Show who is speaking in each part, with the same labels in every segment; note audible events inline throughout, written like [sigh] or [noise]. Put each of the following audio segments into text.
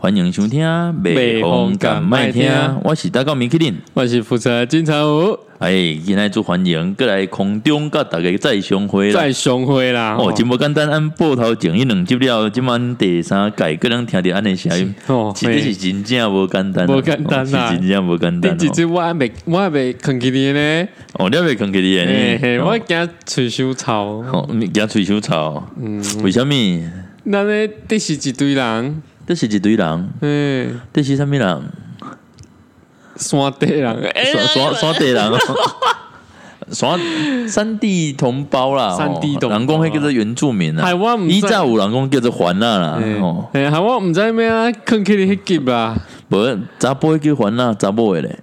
Speaker 1: 欢迎收听《北风敢麦听》，我是大高明克林。
Speaker 2: 我是负责金城武，
Speaker 1: 哎，今天做欢迎过来空中甲大家再相会啦
Speaker 2: 再！相会啦！
Speaker 1: 哦，真无简单，按报头前一两集了，今晚第三届，个人听着安尼声音，
Speaker 2: 哦
Speaker 1: 其实是真正无简单啊，
Speaker 2: 无简单啊
Speaker 1: 哦是真正无简单
Speaker 2: 顶一
Speaker 1: 哦。
Speaker 2: 只我还没我还没看见你呢，
Speaker 1: 哦，你也袂坑给你
Speaker 2: 嘿嘿，
Speaker 1: 诶，
Speaker 2: 我惊吹手臭。
Speaker 1: 哦，你惊吹手草，
Speaker 2: 嗯
Speaker 1: 为什么？
Speaker 2: 咱咧这是一堆人，
Speaker 1: 这是一堆人，
Speaker 2: 嘿，
Speaker 1: 这是啥物人？
Speaker 2: 山地人，
Speaker 1: [laughs]
Speaker 2: [laughs] 哎
Speaker 1: 山山山地人 [laughs] 哦，山山地同胞啦，哦
Speaker 2: 山地同胞啊
Speaker 1: 人讲迄叫做原住民啊
Speaker 2: 哎我，唔知
Speaker 1: 以前有人讲叫做环啦啦，哦，
Speaker 2: 哎，还我毋知咩啊，看见你迄集啦，
Speaker 1: 无查甫的叫环啦，查某的咧，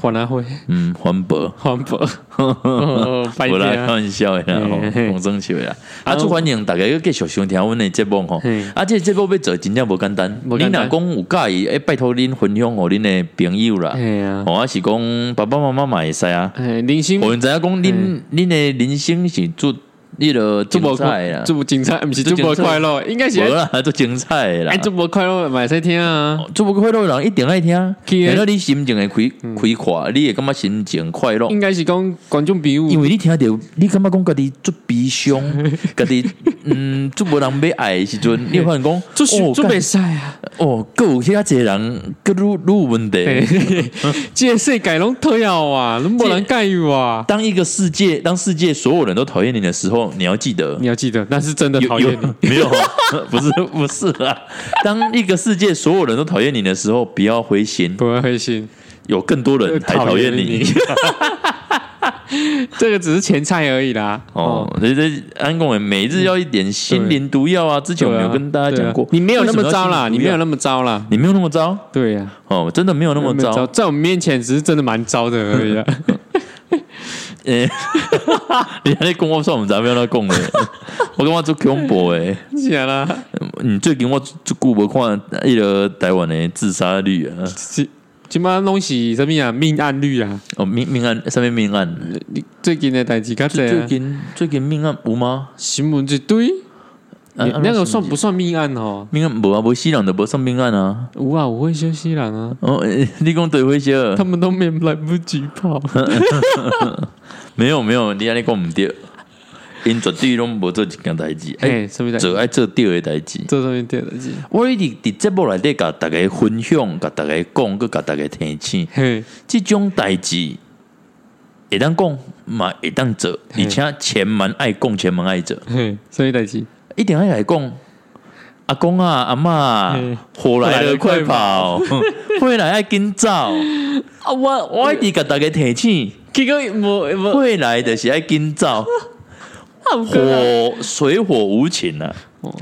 Speaker 2: 环阿辉，
Speaker 1: 嗯，环保。
Speaker 2: 环保， [laughs] 哦拜
Speaker 1: [laughs] 无啦，开
Speaker 2: 年，
Speaker 1: 玩笑的啦，哦
Speaker 2: 嘿嘿
Speaker 1: 吼讲真笑的啦。啊，
Speaker 2: 啊
Speaker 1: 祝欢迎大家继续收听阮的节目吼
Speaker 2: 嘿。
Speaker 1: 啊，这个节目要做真正无简单。
Speaker 2: 无
Speaker 1: 你
Speaker 2: 简
Speaker 1: 若
Speaker 2: 单
Speaker 1: 讲有介意，哎，拜托恁分享互恁的朋友啦。
Speaker 2: 哎呀，
Speaker 1: 吼，啊是讲爸爸妈妈嘛会使啊。
Speaker 2: 哎，人生
Speaker 1: 我们知影讲恁恁的人生是做迄落
Speaker 2: 这
Speaker 1: 精
Speaker 2: 么
Speaker 1: 彩啊
Speaker 2: 快
Speaker 1: 的啦，，
Speaker 2: 这么精彩，毋是这么快乐，应该是
Speaker 1: 无啦，做精彩的啦
Speaker 2: 哎，。这么快乐，买使听啊。
Speaker 1: 做无快乐的人一定爱听，
Speaker 2: 去的
Speaker 1: 听到啊你心情会开开阔，你会感觉心情快乐。
Speaker 2: 应该是讲观众朋友，啊
Speaker 1: 因为你听着，你感觉讲家己做悲 [laughs] 伤，家己嗯做无人要爱的时阵，你会发现讲
Speaker 2: 做
Speaker 1: 哦
Speaker 2: 做
Speaker 1: 干
Speaker 2: 袂使 [laughs] 啊！
Speaker 1: 哦，各有遐济人，各愈愈有问
Speaker 2: 哎
Speaker 1: 题。
Speaker 2: 即个世界拢讨厌我啊，拢无人介意我啊！
Speaker 1: 当一个世界，当世界所有人都讨厌你的时候，你要记得，
Speaker 2: 你要记得，那是真的讨厌你。
Speaker 1: 没有？ [laughs] 不是不是啊！当一个世界所有人都讨厌你的时候，不要灰心，
Speaker 2: 不会灰心，
Speaker 1: 有更多
Speaker 2: 呃
Speaker 1: 人还讨厌你。。
Speaker 2: 这个只是前菜而已啦。
Speaker 1: [laughs] 哦，这这安共伟每日要一点心灵毒药啊！之前我
Speaker 2: 对
Speaker 1: 们有
Speaker 2: 啊
Speaker 1: 跟大家讲过
Speaker 2: 对啊，你没有那么糟啦，
Speaker 1: 为
Speaker 2: 你
Speaker 1: 什
Speaker 2: 没
Speaker 1: 要心灵毒
Speaker 2: 有
Speaker 1: 药
Speaker 2: 那么糟啦。
Speaker 1: 你没有那么糟
Speaker 2: 对呀，
Speaker 1: 哦，真的没有那么
Speaker 2: 没有
Speaker 1: 糟。
Speaker 2: 在我们面前只是真的蛮糟的
Speaker 1: [laughs]
Speaker 2: 而已啦。啊
Speaker 1: 诶，你还在跟我说我们咱没有那讲的， [laughs] 我跟我做恐怖诶！
Speaker 2: 是啊啦，
Speaker 1: 你最近我最久无看迄个台湾的自杀率啊，
Speaker 2: 是即摆拢是什物啊？命案率啊，
Speaker 1: 哦命命案上面命案，
Speaker 2: 你最近的代志较济
Speaker 1: 最
Speaker 2: 啊，
Speaker 1: 近最近命案有吗？
Speaker 2: 新闻一堆。
Speaker 1: 啊
Speaker 2: 你
Speaker 1: 啊
Speaker 2: 那个算不算命案哦？
Speaker 1: 命案无啊，无死人就无算命案啊。
Speaker 2: 有啊，我会休息人啊，
Speaker 1: 哦， [laughs] 欸你讲对火烧
Speaker 2: 他，们都没来不及跑。
Speaker 1: 没有没有，你安尼讲毋对，因绝对拢无做一件代志，哎，
Speaker 2: 哎，什么代？
Speaker 1: 做爱做对诶代志。
Speaker 2: 做上面电的机。
Speaker 1: 我一直伫节目内底甲大家分享，甲大家讲，佮甲大家提醒，
Speaker 2: 嘿，
Speaker 1: 即种代志会当讲嘛会当做，而
Speaker 2: 嘿
Speaker 1: 且千万爱讲，千万爱做，
Speaker 2: 嘿，什么代志？
Speaker 1: 一定爱来讲。阿公啊，阿嬷啊
Speaker 2: 嘿，
Speaker 1: 火来了，快
Speaker 2: 快
Speaker 1: 跑！ [laughs] 火来爱紧走。
Speaker 2: 啊，我
Speaker 1: 我一直甲大家提醒，
Speaker 2: 结果无 [laughs] 无
Speaker 1: 未来就是爱今
Speaker 2: [laughs]
Speaker 1: 早火水火无情啊，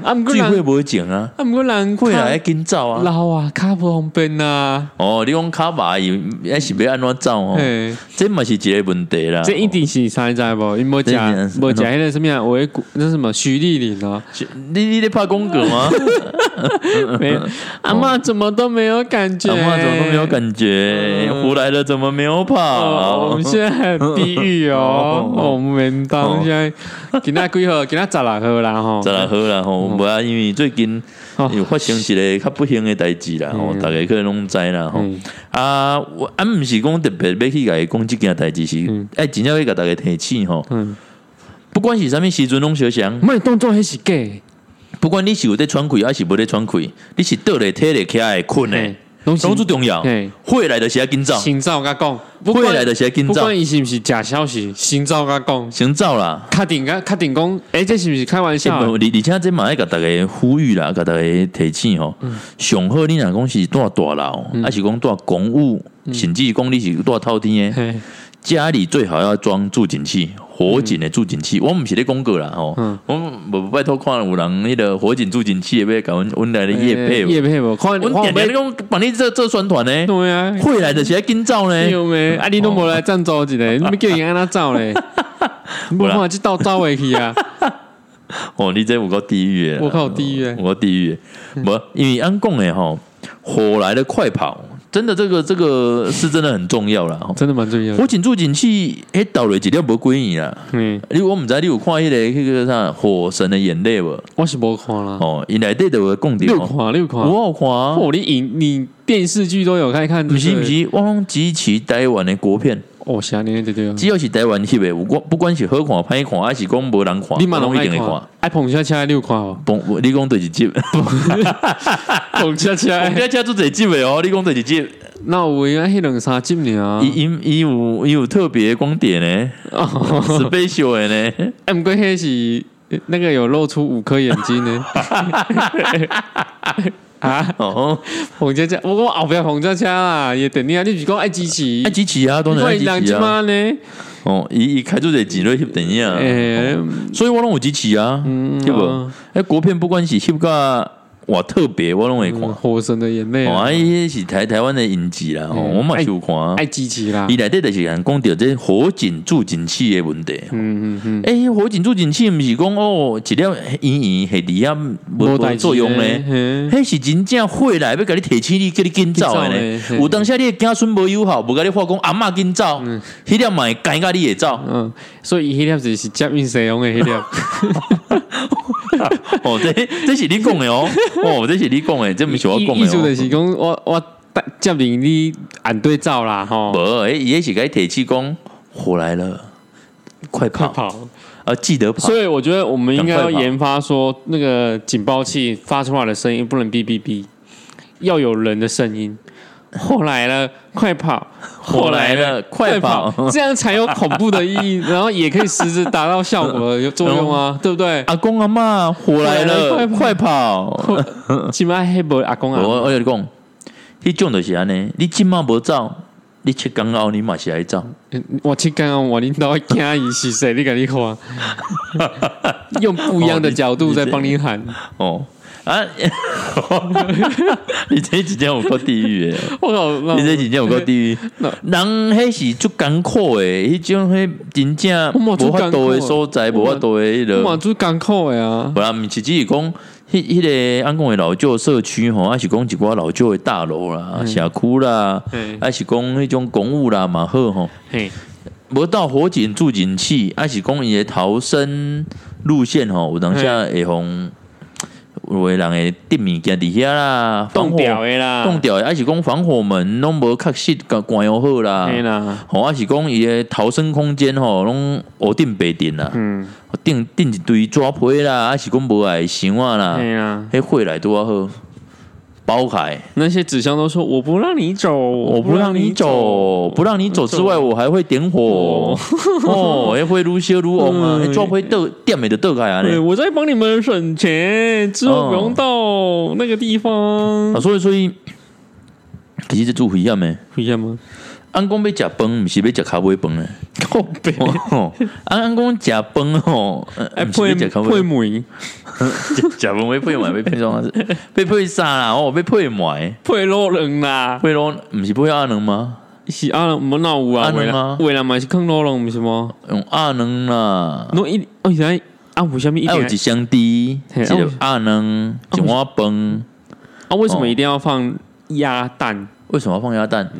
Speaker 2: 啊，毋过
Speaker 1: 聚会
Speaker 2: 人
Speaker 1: 无情啊，
Speaker 2: 啊，毋过人
Speaker 1: 未来爱
Speaker 2: 来
Speaker 1: 今早啊。
Speaker 2: 老啊，卡不方便啊。
Speaker 1: 哦，你讲卡牌伊还是要安怎走吼？
Speaker 2: 嘿，
Speaker 1: 这嘛是一个问题啦。
Speaker 2: 这一定是啥你知无？因无食
Speaker 1: 这一定是
Speaker 2: 无食迄个什么啊？维骨那什么徐丽玲 [laughs] 啊？
Speaker 1: 哦，你你咧拍广告
Speaker 2: [laughs]
Speaker 1: 吗？
Speaker 2: 没有，阿嬷怎么都没有感觉？
Speaker 1: 阿妈怎么都没有感觉，
Speaker 2: 嗯
Speaker 1: 胡来了怎么没有
Speaker 2: 哦，我
Speaker 1: 跑
Speaker 2: 们？现在很地狱哦，
Speaker 1: 哦
Speaker 2: 哦我们当现在今仔几号？今仔十六号啦吼
Speaker 1: 再。来好啦吼，无啊，因为最近
Speaker 2: 嗯哦
Speaker 1: 有发生一个较不幸的代志啦，吼，大家可能拢知啦吼。
Speaker 2: 嗯
Speaker 1: 啊，我俺毋是讲特别要去甲伊讲即件代志是，哎，真正要甲大家提醒吼，
Speaker 2: 嗯，
Speaker 1: 不管是啥物时阵拢相像，
Speaker 2: 莫当作迄是假的，
Speaker 1: 不管你是有咧喘气还是无咧喘气，你是倒咧、体咧、起来、困咧
Speaker 2: 嘿，拢是
Speaker 1: 拢最重要
Speaker 2: 嘿。
Speaker 1: 会来的是要紧走，
Speaker 2: 先走甲讲，嗯不
Speaker 1: 会
Speaker 2: 管
Speaker 1: 来的是要紧
Speaker 2: 不
Speaker 1: 走
Speaker 2: 管，伊是毋是假消息，先走甲讲，
Speaker 1: 先走啦。
Speaker 2: 确定啊甲确定讲，诶、这是毋是开玩
Speaker 1: 这
Speaker 2: 笑啊
Speaker 1: 而
Speaker 2: 的？
Speaker 1: 而且这嘛要甲大家呼吁啦，甲大家提醒吼，
Speaker 2: 嗯
Speaker 1: 上好你若讲是住大楼，还是讲住公寓，甚至讲你是住透天的，
Speaker 2: 嗯嘿，
Speaker 1: 家里最好要装住警器，
Speaker 2: 嗯
Speaker 1: 火警的住警器。我毋是咧广告啦吼，我无拜托看有人迄个火警住警器的要甲阮阮来咧业配
Speaker 2: 叶
Speaker 1: 无，
Speaker 2: 配无，看
Speaker 1: 阮
Speaker 2: 看
Speaker 1: 点点
Speaker 2: 没？
Speaker 1: 讲帮你做做宣传呢，
Speaker 2: 对啊，
Speaker 1: 会来的是要紧走呢。
Speaker 2: 有没？啊，
Speaker 1: 哦
Speaker 2: 你都无来赞助一个，你要叫伊安那走
Speaker 1: [laughs]
Speaker 2: 咧？你无看即道走回去啊？ [laughs]
Speaker 1: 哦，你这有够地狱的啦，
Speaker 2: 我靠地狱的欸嗯
Speaker 1: 有够地狱的。无，因为按讲的吼，火来的快跑，真的这个这个是真的很重要
Speaker 2: [laughs]
Speaker 1: 啦。吼
Speaker 2: 真的蛮重要的
Speaker 1: 火。警助警器，哎，倒了几条无归你啦。
Speaker 2: 嗯，
Speaker 1: 你我毋知你有看迄、个迄、个啥《火神的眼泪》无？
Speaker 2: 我是无看啦，
Speaker 1: 哦，因内底都有讲
Speaker 2: 嗯你有
Speaker 1: 着，
Speaker 2: 看，你有看。
Speaker 1: 我有看啊。
Speaker 2: 哦，你影你电视剧都有看看？
Speaker 1: 毋是毋，是，我讲支持台湾的国片，
Speaker 2: 哦，是安尼对对啊。
Speaker 1: 只要是台湾翕的，有管不管是好看、歹看，还是讲无人看，
Speaker 2: 你嘛拢
Speaker 1: 我
Speaker 2: 爱
Speaker 1: 一定会
Speaker 2: 看啊
Speaker 1: 看。，
Speaker 2: 爱碰车车你有看哦无？
Speaker 1: 蹦，你讲第
Speaker 2: [laughs]
Speaker 1: 一集？
Speaker 2: 碰车车，
Speaker 1: [laughs] 我今遮做第一集的哦，你讲第一集？
Speaker 2: 那有影迄两三集尔。
Speaker 1: 伊伊伊有伊有特别光点 [laughs] 呢，special 的 [laughs] 呢。
Speaker 2: [laughs] 哎，不过迄是那个有露出五颗眼
Speaker 1: [laughs]
Speaker 2: 睛呢。啊，
Speaker 1: 哦，
Speaker 2: 碰车车，我我后壁碰车车啦，也等你啊，你是讲爱支持？
Speaker 1: 爱支持啊，当然
Speaker 2: 你
Speaker 1: 爱支
Speaker 2: 看人
Speaker 1: 持
Speaker 2: 即
Speaker 1: 啊。
Speaker 2: 嘛呢？
Speaker 1: 哦，伊伊开出这钱咧翕电影啊，
Speaker 2: 诶，
Speaker 1: 所以我拢有支持啊，对无
Speaker 2: 啊？
Speaker 1: 哎，国片不管是翕个哇特别，我拢会看。
Speaker 2: 嗯火神的眼泪
Speaker 1: 哦，
Speaker 2: 啊，
Speaker 1: 啊，伊是台台湾的影集啦，哦，
Speaker 2: 嗯
Speaker 1: 我嘛是有看啊。
Speaker 2: 爱支持啦
Speaker 1: 伊。内底就是人讲着这火警助警器的问题。
Speaker 2: 嗯嗯嗯，
Speaker 1: 哎、火警助警器毋是讲哦，一粒圆圆系底下无无作用咧。
Speaker 2: 咧。
Speaker 1: 迄是真正火来要甲你提醒你，叫你紧走的
Speaker 2: 紧
Speaker 1: 呢
Speaker 2: 走。的
Speaker 1: 有当下你的子孙无友好，无甲你话讲阿嬷紧走，迄粒嘛会尴尬你会 [laughs] 走。
Speaker 2: 嗯，所以伊迄粒就是接应使用的迄粒，
Speaker 1: 哦，这这是你讲的 [laughs] 哦，哦，这 [laughs] 是你讲的，这毋是我讲
Speaker 2: 意思就
Speaker 1: 的
Speaker 2: 是
Speaker 1: 哦。
Speaker 2: 讲我我接应你按对照啦吼，
Speaker 1: 无，哎，伊迄是甲你提醒讲火来了，快
Speaker 2: 快
Speaker 1: 跑
Speaker 2: 跑。
Speaker 1: 啊，记得跑。
Speaker 2: 所以我觉得我们应该要
Speaker 1: 赶快跑
Speaker 2: 研发说，那个警报器发出来的声音不能哔哔哔，要有人的声音。后来了，快跑！
Speaker 1: 火来了快跑
Speaker 2: [laughs] 这样才有恐怖的意义，然后也可以实质达到效果有作用
Speaker 1: 嗯
Speaker 2: 啊，对不对？
Speaker 1: 阿公阿嬷火来
Speaker 2: 火来
Speaker 1: 了，
Speaker 2: 了
Speaker 1: 快跑！嗯
Speaker 2: 起码黑伯阿公啊，
Speaker 1: 我我有讲，迄种就是安尼，你即满无走，你七天后你嘛是爱走。
Speaker 2: 我去刚刚我领导惊伊是谁？你赶紧看，啊用不一样的角度在帮你喊。
Speaker 1: 哦啊，你这几天有够地狱诶！
Speaker 2: 我靠，
Speaker 1: 哦你这几天有够地狱，人迄是足艰苦诶，迄种迄真正
Speaker 2: 我嘛
Speaker 1: 无
Speaker 2: 足
Speaker 1: 法
Speaker 2: 艰苦的
Speaker 1: 度诶所在，无法度诶迄
Speaker 2: 我嘛
Speaker 1: 落。
Speaker 2: 就艰苦的啊。
Speaker 1: 无啦，毋是只是讲，迄迄个安讲诶老旧社区吼，还是讲一寡老旧诶大楼啦、社区啦，
Speaker 2: 嘿
Speaker 1: 还是讲迄种公务啦嘛好吼。
Speaker 2: 嘿，
Speaker 1: 无到火警助警器，还是讲伊的逃生路线吼，有当下会红，有的人会滴物件伫遐啦，
Speaker 2: 冻掉
Speaker 1: 掉
Speaker 2: 的啊啦，
Speaker 1: 冻掉的，还是讲防火门拢无确实甲关好好啦，
Speaker 2: 嘿啦，
Speaker 1: 吼，还是讲伊的逃生空间吼，拢黑定白定啦，
Speaker 2: 嗯，
Speaker 1: 定定一堆纸皮啦，还是讲无爱箱啊啦，
Speaker 2: 嘿啦，
Speaker 1: 迄火来拄啊好，包开，
Speaker 2: 那些纸箱都说我不让你走，我
Speaker 1: 我不让你走，不让你走之外，我还会点火。哦，还会撸烧撸红啊，
Speaker 2: 嗯
Speaker 1: 抓回豆店美的豆开啊
Speaker 2: 对，
Speaker 1: 嘞。
Speaker 2: 我在帮你们省钱，之后不用到那个地方
Speaker 1: 哦啊，，所以所以，其实这做危险的。
Speaker 2: 不一样吗？
Speaker 1: 安公要食饭，毋是要食咖啡饭嘞。
Speaker 2: 靠北，
Speaker 1: 哦，安安公食饭吼，
Speaker 2: 哎，
Speaker 1: 毋是
Speaker 2: 配
Speaker 1: 要食咖
Speaker 2: 配
Speaker 1: 啡，
Speaker 2: 梅，
Speaker 1: 食饭要配买，要配装啊，要配啥啦？哦，要配买，
Speaker 2: 配肉人啦，
Speaker 1: 配咯，毋是配鸭卵吗？
Speaker 2: 是啊，我们那有啊，
Speaker 1: 啊
Speaker 2: 为
Speaker 1: 能
Speaker 2: 了
Speaker 1: 吗
Speaker 2: 为了嘛是坑肉人，不是吗？
Speaker 1: 用鸭卵啦，
Speaker 2: 侬一哦，现在啊，为什么一
Speaker 1: 还啊
Speaker 2: 定
Speaker 1: 有一箱猪，一
Speaker 2: 嘿
Speaker 1: 个鸭卵，一碗饭，
Speaker 2: 啊？为什么一定要放鸭蛋？
Speaker 1: 为什么要放鸭蛋？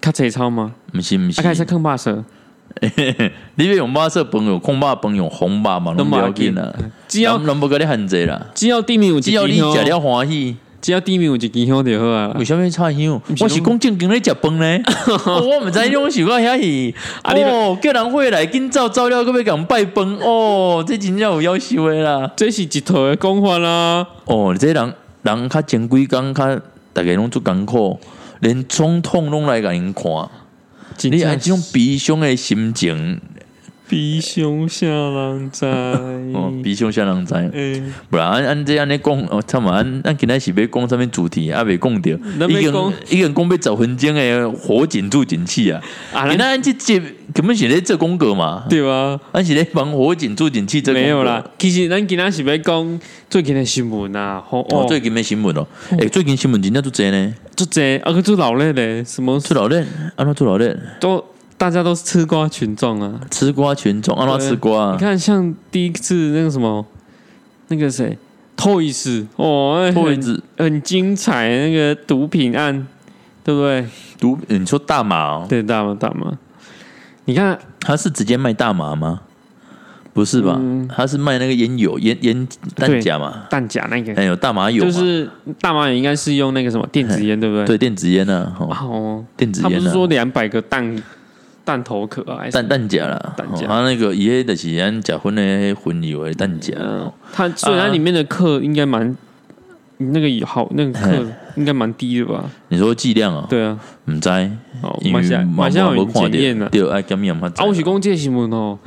Speaker 2: 卡车超吗？
Speaker 1: 毋是毋
Speaker 2: 啊，开始
Speaker 1: 是，
Speaker 2: 坑巴蛇，
Speaker 1: [laughs] 你要用肉色饭用空肉饭用红肉嘛，拢不要紧啦。
Speaker 2: 只要
Speaker 1: 拢无甲你限制啦，
Speaker 2: 只要地面有一
Speaker 1: 只要你
Speaker 2: 支香
Speaker 1: 食了欢喜，
Speaker 2: 只要地面有一支香就好啊啦
Speaker 1: 为。什么插香？
Speaker 2: 是
Speaker 1: 我是讲正经咧食饭咧，哦我毋知你拢想到遐是
Speaker 2: [laughs] 啊你
Speaker 1: 哦，叫人会来紧走走了，搁要共拜饭哦，这真正有要求的啦。
Speaker 2: 这是一套的讲法啦。
Speaker 1: 哦，这人人较前几工较逐个拢足艰苦，连总统拢来甲因看，你按即种悲伤的心情，
Speaker 2: 比熊下人在。
Speaker 1: [laughs] 哦，
Speaker 2: 嗯
Speaker 1: 悲伤啥人知？
Speaker 2: 诶，
Speaker 1: 不然按按这安尼讲，哦，他嘛按按今仔是要讲啥物主题，啊，未讲着，
Speaker 2: 咱
Speaker 1: 已
Speaker 2: 要讲
Speaker 1: 经已经讲要十分钟的火警助警器啊，
Speaker 2: 啊
Speaker 1: 今
Speaker 2: 咱
Speaker 1: 仔咱即集根本是咧做功课嘛，
Speaker 2: 对啊，
Speaker 1: 咱是咧帮火警助警器这哦
Speaker 2: 没有啦。其实咱今仔是要讲最近的新闻啊，吼
Speaker 1: 哦，
Speaker 2: 哦，
Speaker 1: 最近的新闻哦，诶，最近新闻真正足侪呢，
Speaker 2: 就这，啊个做老类的，什么
Speaker 1: 出老热，安怎出老热？
Speaker 2: 都大家都是吃瓜群众啊。
Speaker 1: 吃瓜群众，安怎吃瓜
Speaker 2: 你？看，像第一次那个什么，那个谁，Toys 哦，
Speaker 1: 破位
Speaker 2: 很
Speaker 1: 置
Speaker 2: 很精彩那个毒品案，对不对？
Speaker 1: 毒，你说大麻、哦，
Speaker 2: 对，大麻大麻，你看
Speaker 1: 他是直接卖大麻吗？不是吧？
Speaker 2: 嗯
Speaker 1: 他是卖那个烟油、烟烟弹夹嘛？
Speaker 2: 弹夹那个，
Speaker 1: 哎有大麻油
Speaker 2: 就
Speaker 1: 嘛，
Speaker 2: 是大麻也应该是用那个什么电子烟，对不对？
Speaker 1: 对电子烟呢、啊，哦，
Speaker 2: 哦，
Speaker 1: 电子
Speaker 2: 他不
Speaker 1: 烟
Speaker 2: 是
Speaker 1: 呢、
Speaker 2: 说两百个弹弹头壳啊，还是
Speaker 1: 弹
Speaker 2: 什么
Speaker 1: 弹夹啦，
Speaker 2: 弹
Speaker 1: 哦
Speaker 2: 夹
Speaker 1: 他那个伊迄就是咱食薰的薰油的弹夹，
Speaker 2: 嗯，它所以它里面的克应该蛮，那个有好那个
Speaker 1: [laughs]
Speaker 2: 克应该蛮低的吧？
Speaker 1: 你说剂量啊？
Speaker 2: 对啊，
Speaker 1: 唔知，
Speaker 2: 好，
Speaker 1: 因
Speaker 2: 马
Speaker 1: 为
Speaker 2: 下马下有检验
Speaker 1: 啊，
Speaker 2: 啊。
Speaker 1: 对，爱检验嘛。
Speaker 2: 啊，我是讲这个新闻哦，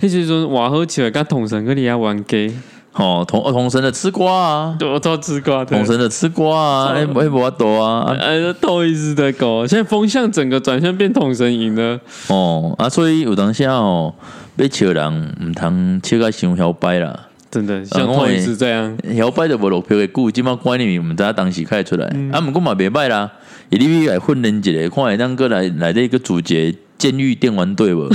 Speaker 2: 迄时阵瓦好起来，甲统神跟你遐玩鸡，
Speaker 1: 哦，同哦同神的吃瓜啊，
Speaker 2: 对我超吃瓜的
Speaker 1: 同。神的吃瓜啊，哎
Speaker 2: 对
Speaker 1: 哎无法度啊，啊
Speaker 2: 呃，斗一只的狗，现在风向整个转向变统神赢了，
Speaker 1: 哦啊，所以有当下哦，要笑人毋通笑甲伤摇摆啦，
Speaker 2: 真的
Speaker 1: 呃
Speaker 2: 像统一是这样。
Speaker 1: 摇摆就无落票的久，即摆观念毋知影当时开出来，
Speaker 2: 嗯
Speaker 1: 啊毋过嘛袂歹啦，伊你来训练一下，看会当过来来这个组织监狱电玩队
Speaker 2: [laughs]
Speaker 1: 无？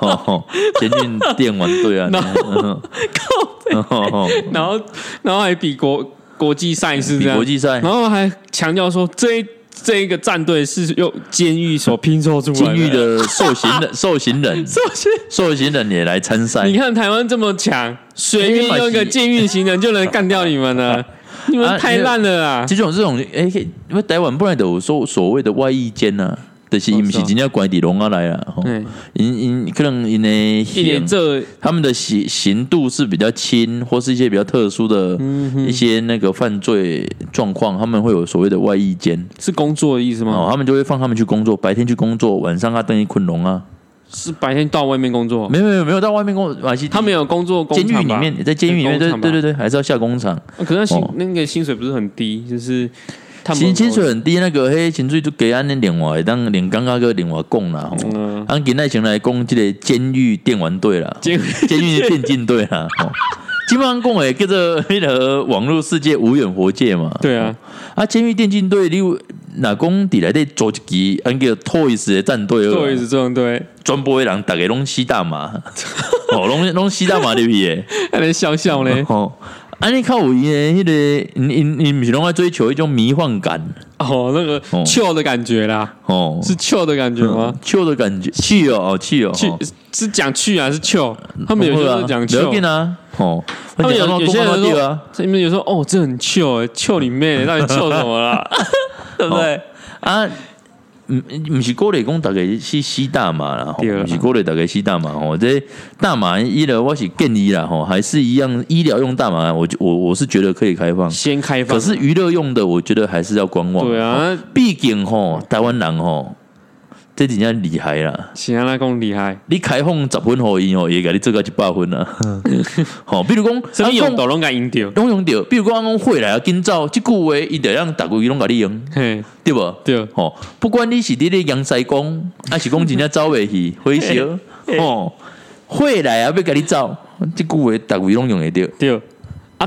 Speaker 1: 哦，监狱电玩队啊，哦 [laughs] 哦
Speaker 2: 然后然后还比国国际赛事这
Speaker 1: 比
Speaker 2: 样
Speaker 1: 国，际赛
Speaker 2: 然。后还强调说这一这一个战队是用监狱所拼凑出来
Speaker 1: 监狱的受刑
Speaker 2: [laughs]
Speaker 1: 人，受刑人，
Speaker 2: 这些
Speaker 1: 受刑人也来参赛
Speaker 2: 你。看台湾这么强，随
Speaker 1: 因为
Speaker 2: 便用一个监狱行人就能干掉你们了，你们太烂了啊啦！
Speaker 1: 啊这种这种，哎、因为台湾本来就有所所谓的外役监呐、啊，就是
Speaker 2: 哦
Speaker 1: 因不是真正关伫笼啊来啊，吼
Speaker 2: 嗯，
Speaker 1: 因因可能因的
Speaker 2: 一
Speaker 1: 刑
Speaker 2: 年这
Speaker 1: 他们的刑刑度是比较轻，或是一些比较特殊的
Speaker 2: 嗯
Speaker 1: 一些那个犯罪状况，他们会有所谓的外役监
Speaker 2: 是工作的意思
Speaker 1: 哦
Speaker 2: 吗？，
Speaker 1: 他们就会放他们去工作，白天去工作，晚上他等于困笼啊，
Speaker 2: 是白天到外面工作，
Speaker 1: 没有没有没有到外面工作，还是
Speaker 2: 他们有工作工
Speaker 1: 监狱
Speaker 2: 厂
Speaker 1: 里
Speaker 2: 吧
Speaker 1: 面，在监狱里面，
Speaker 2: 工
Speaker 1: 对
Speaker 2: 厂吧
Speaker 1: 对对对，还是要下工厂。
Speaker 2: 啊可是他薪
Speaker 1: 哦
Speaker 2: 那个薪水不是很低，就是他们
Speaker 1: 薪薪水很低，那个嘿，薪水就给安尼另外当连刚刚个另外讲啦吼。
Speaker 2: 嗯
Speaker 1: 按今仔先来讲，即个监狱电玩队
Speaker 2: [laughs]
Speaker 1: 啦， [laughs]
Speaker 2: 监狱
Speaker 1: 监狱电竞队啦，吼。基本上讲诶，叫做迄个网络世界无远佛界嘛。
Speaker 2: 对啊，
Speaker 1: 啊，监狱电竞队你有若讲伫内底做一支按叫 Toys 的战队
Speaker 2: 做
Speaker 1: 哦
Speaker 2: 一，次这种对，
Speaker 1: 全部的人逐个拢吸大麻， [laughs] 哦，拢拢吸大麻入去
Speaker 2: [laughs]
Speaker 1: 诶。
Speaker 2: 还能笑笑嘞
Speaker 1: 哦，啊，你靠有伊诶迄个，因因因毋是拢爱追求迄种迷幻感
Speaker 2: 哦，那个
Speaker 1: 哦
Speaker 2: chill 的感觉啦，
Speaker 1: 哦，
Speaker 2: 是 chill 的感觉吗？
Speaker 1: 去的感觉，去哦，哦去哦，
Speaker 2: 去
Speaker 1: 哦嗯
Speaker 2: 是讲去啊，是 chill，他们有些
Speaker 1: 不
Speaker 2: 人
Speaker 1: 会
Speaker 2: 讲
Speaker 1: 不要
Speaker 2: chill，
Speaker 1: 紧啊，哦，
Speaker 2: 他们有
Speaker 1: 我
Speaker 2: 有
Speaker 1: 讲
Speaker 2: 些
Speaker 1: 到
Speaker 2: 人
Speaker 1: 对
Speaker 2: 说
Speaker 1: 啊，，
Speaker 2: 你们有时候哦，这很 chill，chill 你妹，到底 chill 什
Speaker 1: [laughs]
Speaker 2: 么啦？哦对不对？
Speaker 1: 啊，唔唔是鼓励讲大概是吸大麻啦，吼
Speaker 2: 对啊啦
Speaker 1: 唔是鼓励大概吸大麻吼，这大麻医疗我是建议啦吼，还是一样医疗用大麻，我就我我是觉得可以开放，
Speaker 2: 先开放，
Speaker 1: 可是哦娱乐用的我觉得还是要观望，
Speaker 2: 对啊，
Speaker 1: 毕竟吼台湾人吼，这真正厉害啦。
Speaker 2: 喜安拉贡厉害，
Speaker 1: 你开放十分互伊吼，伊会甲你做到一百分啊。 [laughs] 吼、比如讲，
Speaker 2: 嗯什么
Speaker 1: 啊
Speaker 2: 用
Speaker 1: 讲
Speaker 2: 都拢敢赢掉，
Speaker 1: 拢用着，比如讲讲会来啊，今早即句话伊得让逐个伊拢甲你用，
Speaker 2: 嘿，
Speaker 1: 对无？
Speaker 2: 对，
Speaker 1: 吼、哦不管你是伫咧阳西讲，还是讲真正走袂
Speaker 2: [laughs]
Speaker 1: 去，火烧吼，会来啊要甲你走，即句话逐个伊拢用会着，
Speaker 2: 对，啊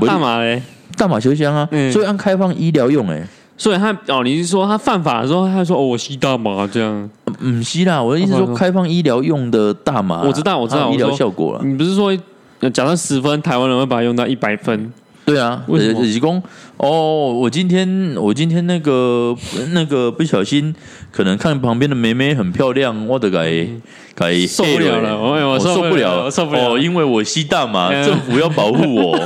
Speaker 1: 不是
Speaker 2: 大麻嘞，
Speaker 1: 大马小香啊，
Speaker 2: 嗯
Speaker 1: 所以按开放医疗用诶，
Speaker 2: 所以他哦，你是说他犯法的时候，他说哦我吸大麻这样，
Speaker 1: 毋是啦，我的意思说开放医疗用的大麻啦，
Speaker 2: 哦我知道我知道嗯
Speaker 1: 它有医
Speaker 2: 我
Speaker 1: 疗
Speaker 2: 说
Speaker 1: 效果啦。
Speaker 2: 你不是说呃假设十分，台湾人会把它用到一百分，
Speaker 1: 对啊，
Speaker 2: 为什么
Speaker 1: 呃就是讲哦，我今天我今天那个那个不小心，可能看旁边的妹妹很漂亮，我的改改
Speaker 2: 嗯受不了了我 [laughs] 我
Speaker 1: 哎我
Speaker 2: 受不了
Speaker 1: 不
Speaker 2: 我受不了
Speaker 1: 哦，因为我吸大麻，
Speaker 2: [laughs] 嗯
Speaker 1: 政府要保护我，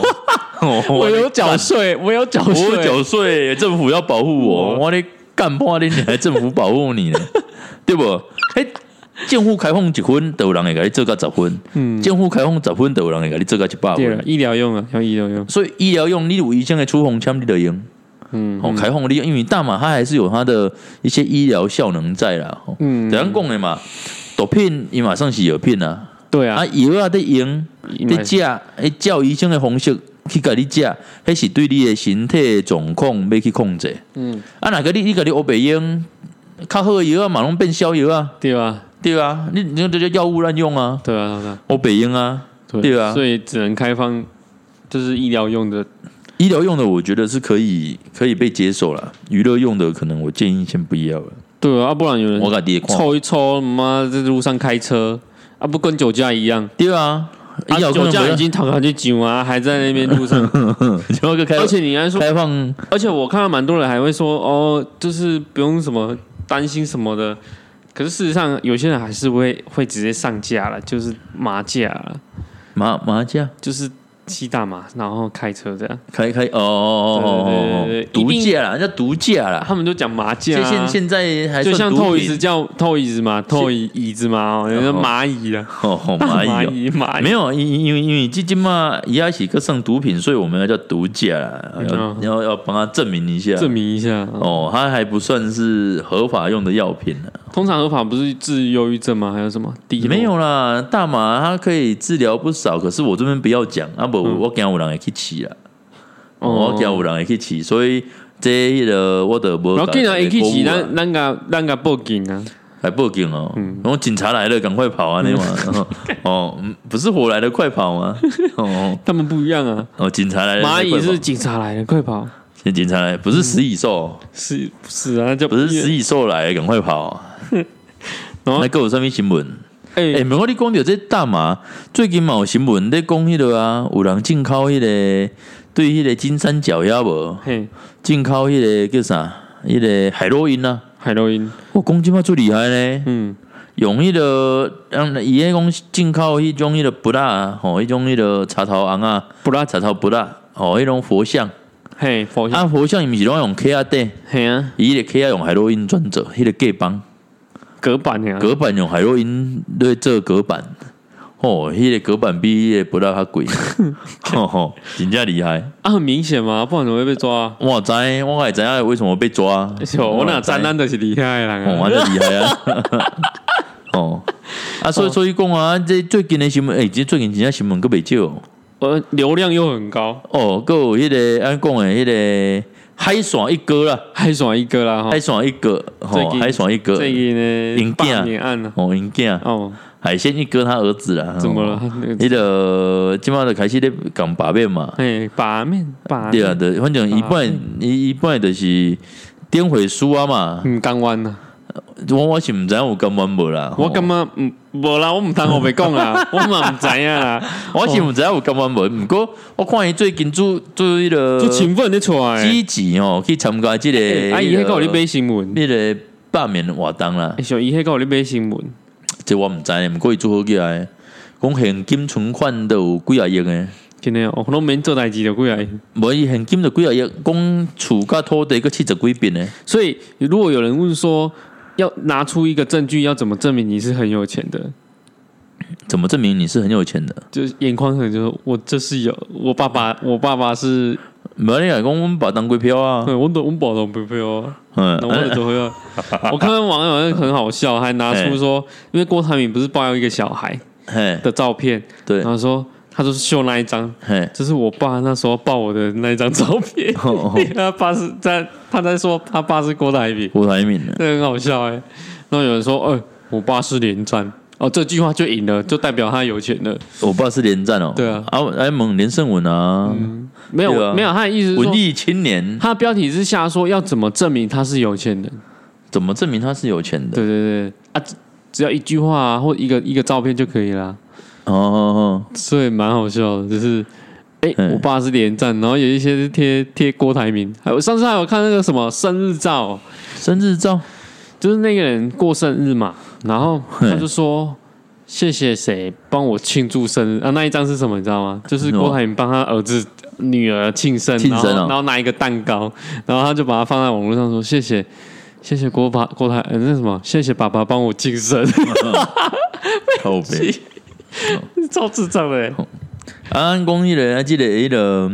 Speaker 1: 哦
Speaker 2: [laughs] 我有
Speaker 1: 在
Speaker 2: 缴
Speaker 1: 干
Speaker 2: 税，我有缴
Speaker 1: 我有
Speaker 2: 税，
Speaker 1: 缴税，政府要保护我，
Speaker 2: 哦
Speaker 1: 我咧干半天，你还政府保护你呢， [laughs] 对不？哎，政府开放一分，就有人会给你做到十分；
Speaker 2: 嗯，
Speaker 1: 政府开放十分，就有人会给你做到一百
Speaker 2: 对了
Speaker 1: 分，。
Speaker 2: 医疗用啊，要医疗用，
Speaker 1: 所以医疗用，你有医生的处方签，你就用。
Speaker 2: 嗯
Speaker 1: 哦，开放利用，因为大麻它还是有它的一些医疗效能在啦。哦，
Speaker 2: 嗯
Speaker 1: 怎，样讲的嘛？毒品伊马上是药品啊，
Speaker 2: 对啊
Speaker 1: 啊，，药啊在用
Speaker 2: 对
Speaker 1: 在食，诶，照医生的方式去甲你食，迄是对你的身体的状况要去控制。
Speaker 2: 嗯，
Speaker 1: 啊，若个你你甲你乌白用，较好的药啊，嘛拢变消药啊，
Speaker 2: 对啊，
Speaker 1: 对啊，你你这叫药物滥用啊，
Speaker 2: 对啊，对啊。
Speaker 1: 乌白用啊，对啊
Speaker 2: 所以只能开放，就是医疗用的。
Speaker 1: 医疗用的我觉得是可以可以被接受啦，娱乐用的可能我建议先不要了。
Speaker 2: 对啊，啊不然有
Speaker 1: 我
Speaker 2: 人
Speaker 1: 甲你的看法
Speaker 2: 抽一抽，妈在路上开车啊，不跟酒驾一样？
Speaker 1: 对啊，
Speaker 2: 啊
Speaker 1: 医药
Speaker 2: 酒
Speaker 1: 功
Speaker 2: 驾已
Speaker 1: 能
Speaker 2: 经躺下去酒啊，还在那边路上，
Speaker 1: 不是， [laughs] 就个开
Speaker 2: 而且你还说，
Speaker 1: 开放
Speaker 2: 而且我看到蛮多人还会说，哦，就是不用什么担心什么的。可是事实上，有些人还是会会直接上架了，就是麻架了，
Speaker 1: 麻麻将，
Speaker 2: 就是吸大麻，然后开车这样。
Speaker 1: 开开哦哦哦哦
Speaker 2: 对对对对
Speaker 1: 哦
Speaker 2: 对，
Speaker 1: 毒
Speaker 2: 一定
Speaker 1: 戒啦，人家毒戒啦，
Speaker 2: 他们都讲麻架、
Speaker 1: 现
Speaker 2: 啊，
Speaker 1: 现现在还
Speaker 2: 就
Speaker 1: 算
Speaker 2: 像
Speaker 1: 毒
Speaker 2: 透椅
Speaker 1: 品
Speaker 2: 子叫透椅子嘛，透椅椅子嘛，哦，人家
Speaker 1: 哦
Speaker 2: 蚂蚁啊， [laughs]
Speaker 1: 哦，哦
Speaker 2: 大
Speaker 1: 蚂蚁哦。
Speaker 2: 蚁蚂蚁，
Speaker 1: 没有，因因因为因为基金嘛，也要起个上毒品，所以我们要叫毒戒啦，要
Speaker 2: 嗯
Speaker 1: 要要帮他证明一下。
Speaker 2: 证明一下。
Speaker 1: 哦，它还不算是合法用的药品呢、
Speaker 2: 通常合法不是治忧郁症吗？还有什么？低
Speaker 1: 没有啦，大麻它可以治疗不少，可是我这边不要讲，啊不，我惊有人会去吃啦，
Speaker 2: 嗯哦
Speaker 1: 我惊有人会去吃，所以这个我的无。
Speaker 2: 然后竟然 A K 起，咱嗯咱个咱个报警啊！
Speaker 1: 还报警哦，然后警察来了，赶快跑啊，那嘛， [laughs] 哦，嗯不是火来了，快跑吗？哦
Speaker 2: 他们不一样啊，
Speaker 1: 哦，警察来了，
Speaker 2: 蚂蚁
Speaker 1: 快跑
Speaker 2: 是警察来了，快跑！
Speaker 1: 是警察来，不
Speaker 2: 嗯
Speaker 1: 是食蚁兽，
Speaker 2: 是是啊，叫
Speaker 1: 不是食蚁兽来了，赶快跑。
Speaker 2: [laughs] 然后
Speaker 1: 那个有上面新闻。诶、欸，
Speaker 2: 哎，
Speaker 1: 不过你讲到这大麻，最近嘛有新闻在讲迄个啊，有人进口迄、个对迄个金三角也无
Speaker 2: 嘿，
Speaker 1: 进口迄个叫啥？迄、个海洛因啊，
Speaker 2: 海洛因，
Speaker 1: 我讲即嘛最厉害呢，
Speaker 2: 嗯，
Speaker 1: 用迄、个，嗯，伊迄讲进口迄种迄个布拉啊，吼、迄种迄个茶头红啊，
Speaker 2: 布拉
Speaker 1: 茶头布拉，吼、迄种佛像，
Speaker 2: 嘿，佛像，
Speaker 1: 啊，佛像伊毋是拢用 K 啊底，
Speaker 2: 嘿啊，
Speaker 1: 伊迄个 K 啊用海洛因专做，迄、个隔板。
Speaker 2: 隔板呀，
Speaker 1: 隔板用海洛因对做隔板，哦，迄、个隔板比迄个不拉较
Speaker 2: [laughs]
Speaker 1: 贵，吼吼、真正厉害。
Speaker 2: 啊，很明显嘛，不然怎么会被抓啊？
Speaker 1: 我知，我也知影为什么被抓
Speaker 2: [laughs] 哎。
Speaker 1: [laughs]
Speaker 2: 呦，我哪沾咱就是厉害的人
Speaker 1: 哦，
Speaker 2: 啊！
Speaker 1: 安尼厉害啊！ [laughs] 哦，啊，所以所以讲啊，这最近的新闻，诶、欸，这最近真正新闻个袂少哦
Speaker 2: 我流量又很高，
Speaker 1: 哦，还有迄、个安讲的迄、个海线一哥啦，
Speaker 2: 还爽一哥啦哈
Speaker 1: 海。线一哥，吼、
Speaker 2: 哦最近
Speaker 1: 海线一哥，
Speaker 2: 最近呢，
Speaker 1: 影
Speaker 2: 八
Speaker 1: 片
Speaker 2: 年案了，
Speaker 1: 哦，因囝
Speaker 2: 哦，
Speaker 1: 海鲜一哥他儿子啦，
Speaker 2: 怎么
Speaker 1: 哦
Speaker 2: 了？那个
Speaker 1: 伊就即马就开始咧讲罢免嘛，
Speaker 2: 哎，啊把面把
Speaker 1: 对
Speaker 2: 面，
Speaker 1: 啊，对，反正一般伊一般就是顶回输啊嘛，
Speaker 2: 嗯，港湾呐。
Speaker 1: 我我是毋知影有甘愿无啦，
Speaker 2: 我感觉嗯，无啦，我毋通我袂
Speaker 1: [laughs]
Speaker 2: 讲啦，我嘛毋知影啦，
Speaker 1: 吼我是毋知影有甘愿无，毋过我看伊最近做做迄
Speaker 2: 就
Speaker 1: 个
Speaker 2: 勤奋咧出来。
Speaker 1: 积极吼去参加即个
Speaker 2: 欸啊，伊迄个有咧买新闻，
Speaker 1: 迄个罢免活动啦
Speaker 2: 欸，像伊迄个有咧买新闻，
Speaker 1: 这我毋知呢，毋过伊做好起来，讲现金存款都有几啊亿诶。
Speaker 2: 真诶，我拢免做代志就啊过来。
Speaker 1: 无伊现金就几啊亿，讲厝甲土地个七十几遍呢。
Speaker 2: 所以如果有人问说要拿出一个证据，要怎么证明你是很有钱的？
Speaker 1: 怎么证明你是很有钱的？
Speaker 2: 就是眼眶可能就说我这是有，我爸爸，我爸爸是，
Speaker 1: 无你来讲，阮爸当归票啊，
Speaker 2: 嗯我懂，我宝懂不不哦。
Speaker 1: 嗯，
Speaker 2: 那我
Speaker 1: 啊
Speaker 2: 怎么样？我看到网友好像很好笑，还拿出说，因为郭台铭不是爆料一个小孩
Speaker 1: 嘿，
Speaker 2: 的照片，
Speaker 1: 对
Speaker 2: 然，后说他就是秀那一张，
Speaker 1: 嘿，
Speaker 2: 这是我爸那时候抱我的那一张照片。
Speaker 1: 哦哦
Speaker 2: [laughs] 他爸是在他在说他爸是郭台铭，
Speaker 1: 郭台铭呢？
Speaker 2: 这很好笑哎、然后有人说，哎、我爸是连战。哦，这句话就赢了，就代表他有钱了。
Speaker 1: 我爸是连战哦，
Speaker 2: 对啊
Speaker 1: 啊，哎，猛连胜文啊，
Speaker 2: 没有，
Speaker 1: 对啊
Speaker 2: 没有，他的意思是
Speaker 1: 文
Speaker 2: 说，
Speaker 1: 艺青年，
Speaker 2: 他的标题是下说要怎么证明他是有钱人。
Speaker 1: 怎么证明他是有钱的？
Speaker 2: 对对对，啊，只只要一句话、啊、或一个一个照片就可以啦。
Speaker 1: 哦哦，哦
Speaker 2: 所以蛮好笑的，就是，哎、
Speaker 1: 嗯
Speaker 2: 我爸是连战，然后有一些是贴贴郭台铭，还有上次还有看那个什么生日照，啊
Speaker 1: 生日照，
Speaker 2: 就是那个人过生日嘛，然后他就说谢谢谁帮我庆祝生日啊，那一张是什么你知道吗？就是郭台铭帮他儿子女儿庆生，
Speaker 1: 庆
Speaker 2: 然后
Speaker 1: 生哦
Speaker 2: 然后拿一个蛋糕，然后他就把它放在网络上说谢谢。谢谢郭爸郭台，呃，那什么，谢谢爸爸帮我庆生， [laughs]
Speaker 1: 靠背
Speaker 2: 超智障的欸。
Speaker 1: 啊，俺讲迄个，啊，即个迄个，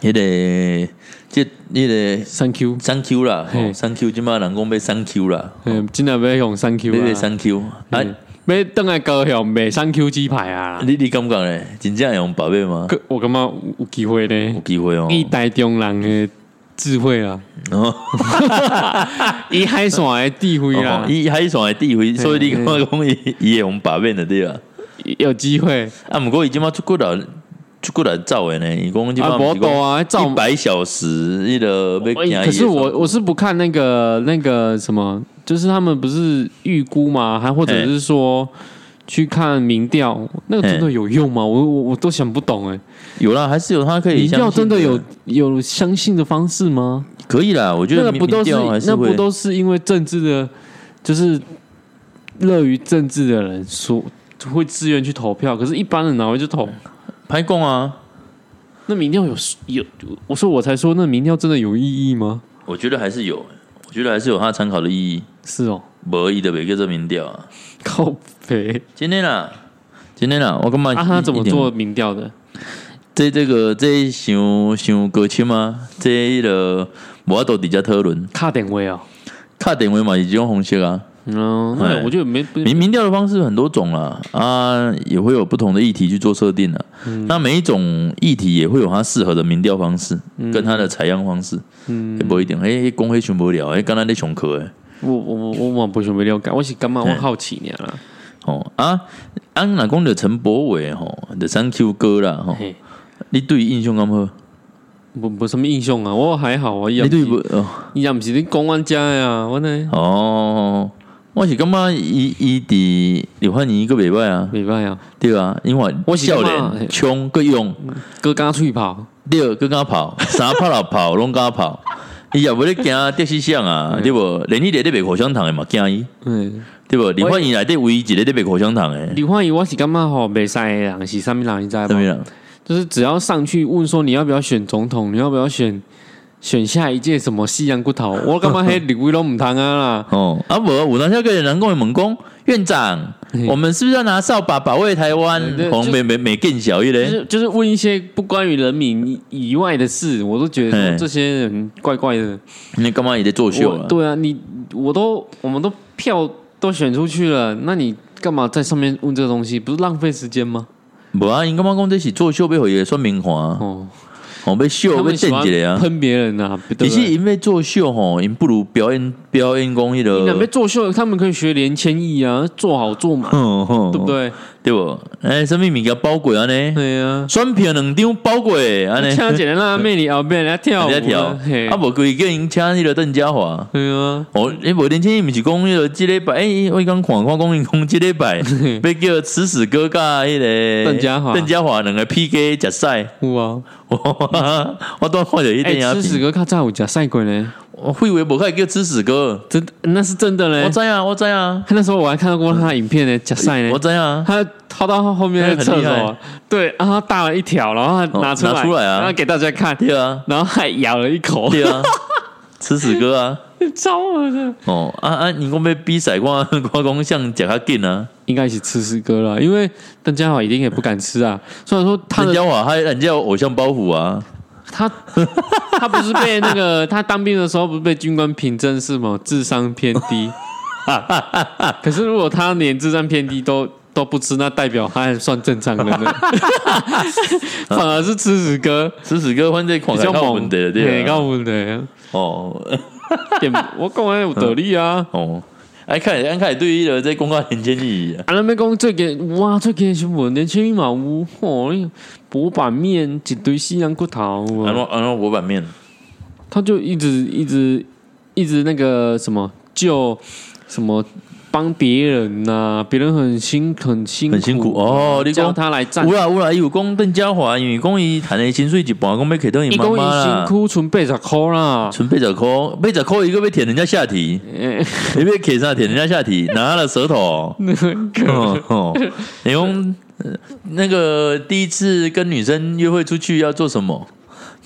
Speaker 1: 迄个，即迄个
Speaker 2: Thank you，
Speaker 1: 三 Q 啦，
Speaker 2: 嘿
Speaker 1: 哦三 Q，即马人讲要三 Q 啦，
Speaker 2: 嗯，今天不要用 Thank you
Speaker 1: 要
Speaker 2: 啊
Speaker 1: 要三 Q，啊，
Speaker 2: 哎，要等来高雄卖三 Q 鸡排啊！
Speaker 1: 你你感觉咧，真正会用宝贝吗？
Speaker 2: 可我感觉有有机会
Speaker 1: 有
Speaker 2: 呢，
Speaker 1: 机会哦，
Speaker 2: 以台中人的智慧啊，
Speaker 1: 哦
Speaker 2: [laughs] 以海线的智慧
Speaker 1: 哦
Speaker 2: 啊，
Speaker 1: 伊海线的地位，所以你感觉讲伊伊会用罢免的对啊。
Speaker 2: 有机会。
Speaker 1: 啊，毋过伊即马出骨来出骨来走的呢，伊讲即马
Speaker 2: 啊，无多啊，照
Speaker 1: 一百小时迄个要行
Speaker 2: 哎
Speaker 1: 他的
Speaker 2: 可是我我是不看那个那个什么，就是他们不是预估嘛，还或者是说去看民调，那个真的有用吗？我我我都想不懂哎、
Speaker 1: 有啦，还是有他可以
Speaker 2: 民调
Speaker 1: 相信
Speaker 2: 真的有有相信的方式吗？
Speaker 1: 可以啦，我觉
Speaker 2: 那
Speaker 1: 得
Speaker 2: 个
Speaker 1: 民
Speaker 2: 不都是
Speaker 1: 民调还
Speaker 2: 那
Speaker 1: 会
Speaker 2: 不都是因为政治的，就是乐于政治的人所会自愿去投票，可是一般人哪会去投？
Speaker 1: 拍供啊？
Speaker 2: 那民调有有，我说我才说那民调真的有意义吗？
Speaker 1: 我觉得还是有，我觉得还是有他参考的意义。
Speaker 2: 是哦，
Speaker 1: 无伊的每个这民调啊，
Speaker 2: [laughs] 靠北
Speaker 1: 今天啦，今天啦，我干嘛？
Speaker 2: 啊，他怎么
Speaker 1: 一点
Speaker 2: 做？民调的？
Speaker 1: 这这个这想想过深啊，这个无法度底下讨论，
Speaker 2: 卡点位哦，
Speaker 1: 敲电话嘛是一种方式啊。
Speaker 2: 嗯，那
Speaker 1: 哎
Speaker 2: 我觉得没不
Speaker 1: 民民调的方式很多种啦，啊，也会有不同的议题去做设定啊。那每一种议题也会有它适合的民调方式，跟它的采样方式，嗯，不一定。哎，工会选不了，哎，刚才那上课诶，
Speaker 2: 我我我我嘛不想要了解，我是感觉我
Speaker 1: 嘿
Speaker 2: 好奇尔啦。
Speaker 1: 哦啊，俺若讲着陈柏伟吼，就三 Q 哥啦吼，
Speaker 2: 嘿，
Speaker 1: 你对伊印象敢好？
Speaker 2: 无无什么印象啊，我还好啊，伊也
Speaker 1: 你
Speaker 2: 不
Speaker 1: 对不
Speaker 2: 是？
Speaker 1: 哦
Speaker 2: 伊也毋是你讲阮遮的啊，我呢
Speaker 1: 哦，我是感觉伊伊伫刘焕英个袂歹啊，
Speaker 2: 袂歹啊，
Speaker 1: 对啊，因为
Speaker 2: 我是
Speaker 1: 少
Speaker 2: 感觉
Speaker 1: 年冲够用，
Speaker 2: 哥敢喙跑，
Speaker 1: 第二个敢跑，三跑六跑拢敢跑，伊也无咧惊电视上啊，对无？连你咧咧卖口香糖的嘛惊伊，
Speaker 2: 嗯，
Speaker 1: 对无？刘焕英内底唯一一个咧卖口香糖的，
Speaker 2: 李焕英我是感觉吼袂使的人是啥物人，你知
Speaker 1: 怎么
Speaker 2: 无？
Speaker 1: 样？
Speaker 2: 就是只要上去问说你要不要选总统，你要不要选选下一届什么西洋骨头，我感觉迄李伟拢毋通啊
Speaker 1: [laughs]
Speaker 2: 啦，
Speaker 1: 哦，啊无，有当下个人讲的问讲院长
Speaker 2: 嘿，
Speaker 1: 我们是不是要拿扫把保卫台湾
Speaker 2: 对对？
Speaker 1: 红
Speaker 2: 就
Speaker 1: 没没没更小一
Speaker 2: 就
Speaker 1: 嘞，
Speaker 2: 是就是问一些不关于人民以以外的事，我都觉得
Speaker 1: 嘿
Speaker 2: 说这些人怪怪的。
Speaker 1: 你干嘛也在作秀
Speaker 2: 我
Speaker 1: 啊？
Speaker 2: 对啊，你我都我们都票都选出去了，那你干嘛在上面问这个东西？不是浪费时间吗？
Speaker 1: 无啊，因干嘛讲这是作秀被毁也算明华？
Speaker 2: 哦，
Speaker 1: 哦，被秀
Speaker 2: 他
Speaker 1: 被
Speaker 2: 们喜
Speaker 1: 震
Speaker 2: 欢
Speaker 1: 一个啊！
Speaker 2: 喷别人啊，对不
Speaker 1: 其实
Speaker 2: 对？
Speaker 1: 因为做秀吼，因不如表演表演工艺
Speaker 2: 你
Speaker 1: 的
Speaker 2: 两，边作秀，他们可以学连千亿啊，做好做满，
Speaker 1: 哼哼
Speaker 2: 对不？对？
Speaker 1: 对不？哎，什么物件包鬼啊呢？
Speaker 2: 对啊，
Speaker 1: 选票两张包鬼啊呢？
Speaker 2: 掐姐的辣妹里后
Speaker 1: [laughs]
Speaker 2: 面人家跳舞
Speaker 1: 在
Speaker 2: 啊，
Speaker 1: 跳，
Speaker 2: 嘿
Speaker 1: 啊，，无规叫因请迄个邓家华。
Speaker 2: 对啊，
Speaker 1: 哦，哎，无年轻伊毋是讲迄个即礼拜，哎，我刚看看讲因讲即礼拜被叫吃屎哥甲迄个
Speaker 2: 邓家华
Speaker 1: 邓家华两个 PK 决赛，
Speaker 2: 有啊，
Speaker 1: 我 [laughs] 我都看着迄
Speaker 2: 哎，
Speaker 1: 电影
Speaker 2: 吃屎
Speaker 1: 片，
Speaker 2: 哥看在有假赛鬼呢，
Speaker 1: 我以为无开叫吃屎哥，
Speaker 2: 真的那是真的
Speaker 1: 我
Speaker 2: 嘞
Speaker 1: 知。啊，我知啊，
Speaker 2: 那时候我还看到过他的影片呢，假赛呢
Speaker 1: 我，知啊。
Speaker 2: 他掏到后面那个厕
Speaker 1: 他很厉
Speaker 2: 所，对，然后他大了一条，然后他拿出来，
Speaker 1: 哦拿出来啊
Speaker 2: 然后给大家看，
Speaker 1: 对啊，
Speaker 2: 然后还咬了一
Speaker 1: [laughs]
Speaker 2: 口，
Speaker 1: 对
Speaker 2: [laughs]
Speaker 1: 啊，吃屎哥啊！
Speaker 2: 超恶的。
Speaker 1: 哦啊啊！你讲被比赛光光讲像假较紧啊，
Speaker 2: 应该一起吃诗哥了，因为邓家华一定也不敢吃啊。虽然说他
Speaker 1: 人
Speaker 2: 的
Speaker 1: 家话还人家有偶像包袱啊，
Speaker 2: 他他不是被
Speaker 1: [laughs]
Speaker 2: 那个他当兵的时候不是被军官评证是吗？智商偏
Speaker 1: [laughs]
Speaker 2: 低。可是如果他连智商偏低都都不吃，那代表他还算正常人
Speaker 1: [laughs]
Speaker 2: 呢，反而是吃屎哥
Speaker 1: 吃屎哥反正
Speaker 2: 比
Speaker 1: 狂
Speaker 2: 较
Speaker 1: 靠
Speaker 2: 猛
Speaker 1: 稳哦的对
Speaker 2: 嘿较
Speaker 1: 啊。
Speaker 2: 稳的。
Speaker 1: 哦
Speaker 2: 点我讲的有道理啊。
Speaker 1: 哦，哎看哎看对了，在公告很建议啊。
Speaker 2: 啊，那边讲最近哇，最近新闻连千羽嘛有吼，那个薄板面一堆西洋骨头有
Speaker 1: 安
Speaker 2: 无，
Speaker 1: 诺安诺我版面，
Speaker 2: 他就一直一直一直那个什么救什么帮别人呐、别人很辛很辛苦
Speaker 1: 很辛苦哦你
Speaker 2: 叫
Speaker 1: 讲
Speaker 2: 他来站
Speaker 1: 有，啦有啦，伊有讲邓家华，因为讲伊谈的薪水一半，讲要给到伊
Speaker 2: 一
Speaker 1: 妈
Speaker 2: 共
Speaker 1: 妈
Speaker 2: 一辛
Speaker 1: 啦。啊
Speaker 2: 苦存八十块啦， [laughs]
Speaker 1: 存八十块，八十块一个被舔人家下体，
Speaker 2: 诶
Speaker 1: [laughs] 你被舔上舔人家下体，拿他的舌头。
Speaker 2: 那个
Speaker 1: 哦哦，你用呃那个第一次跟女生约会出去要做什么？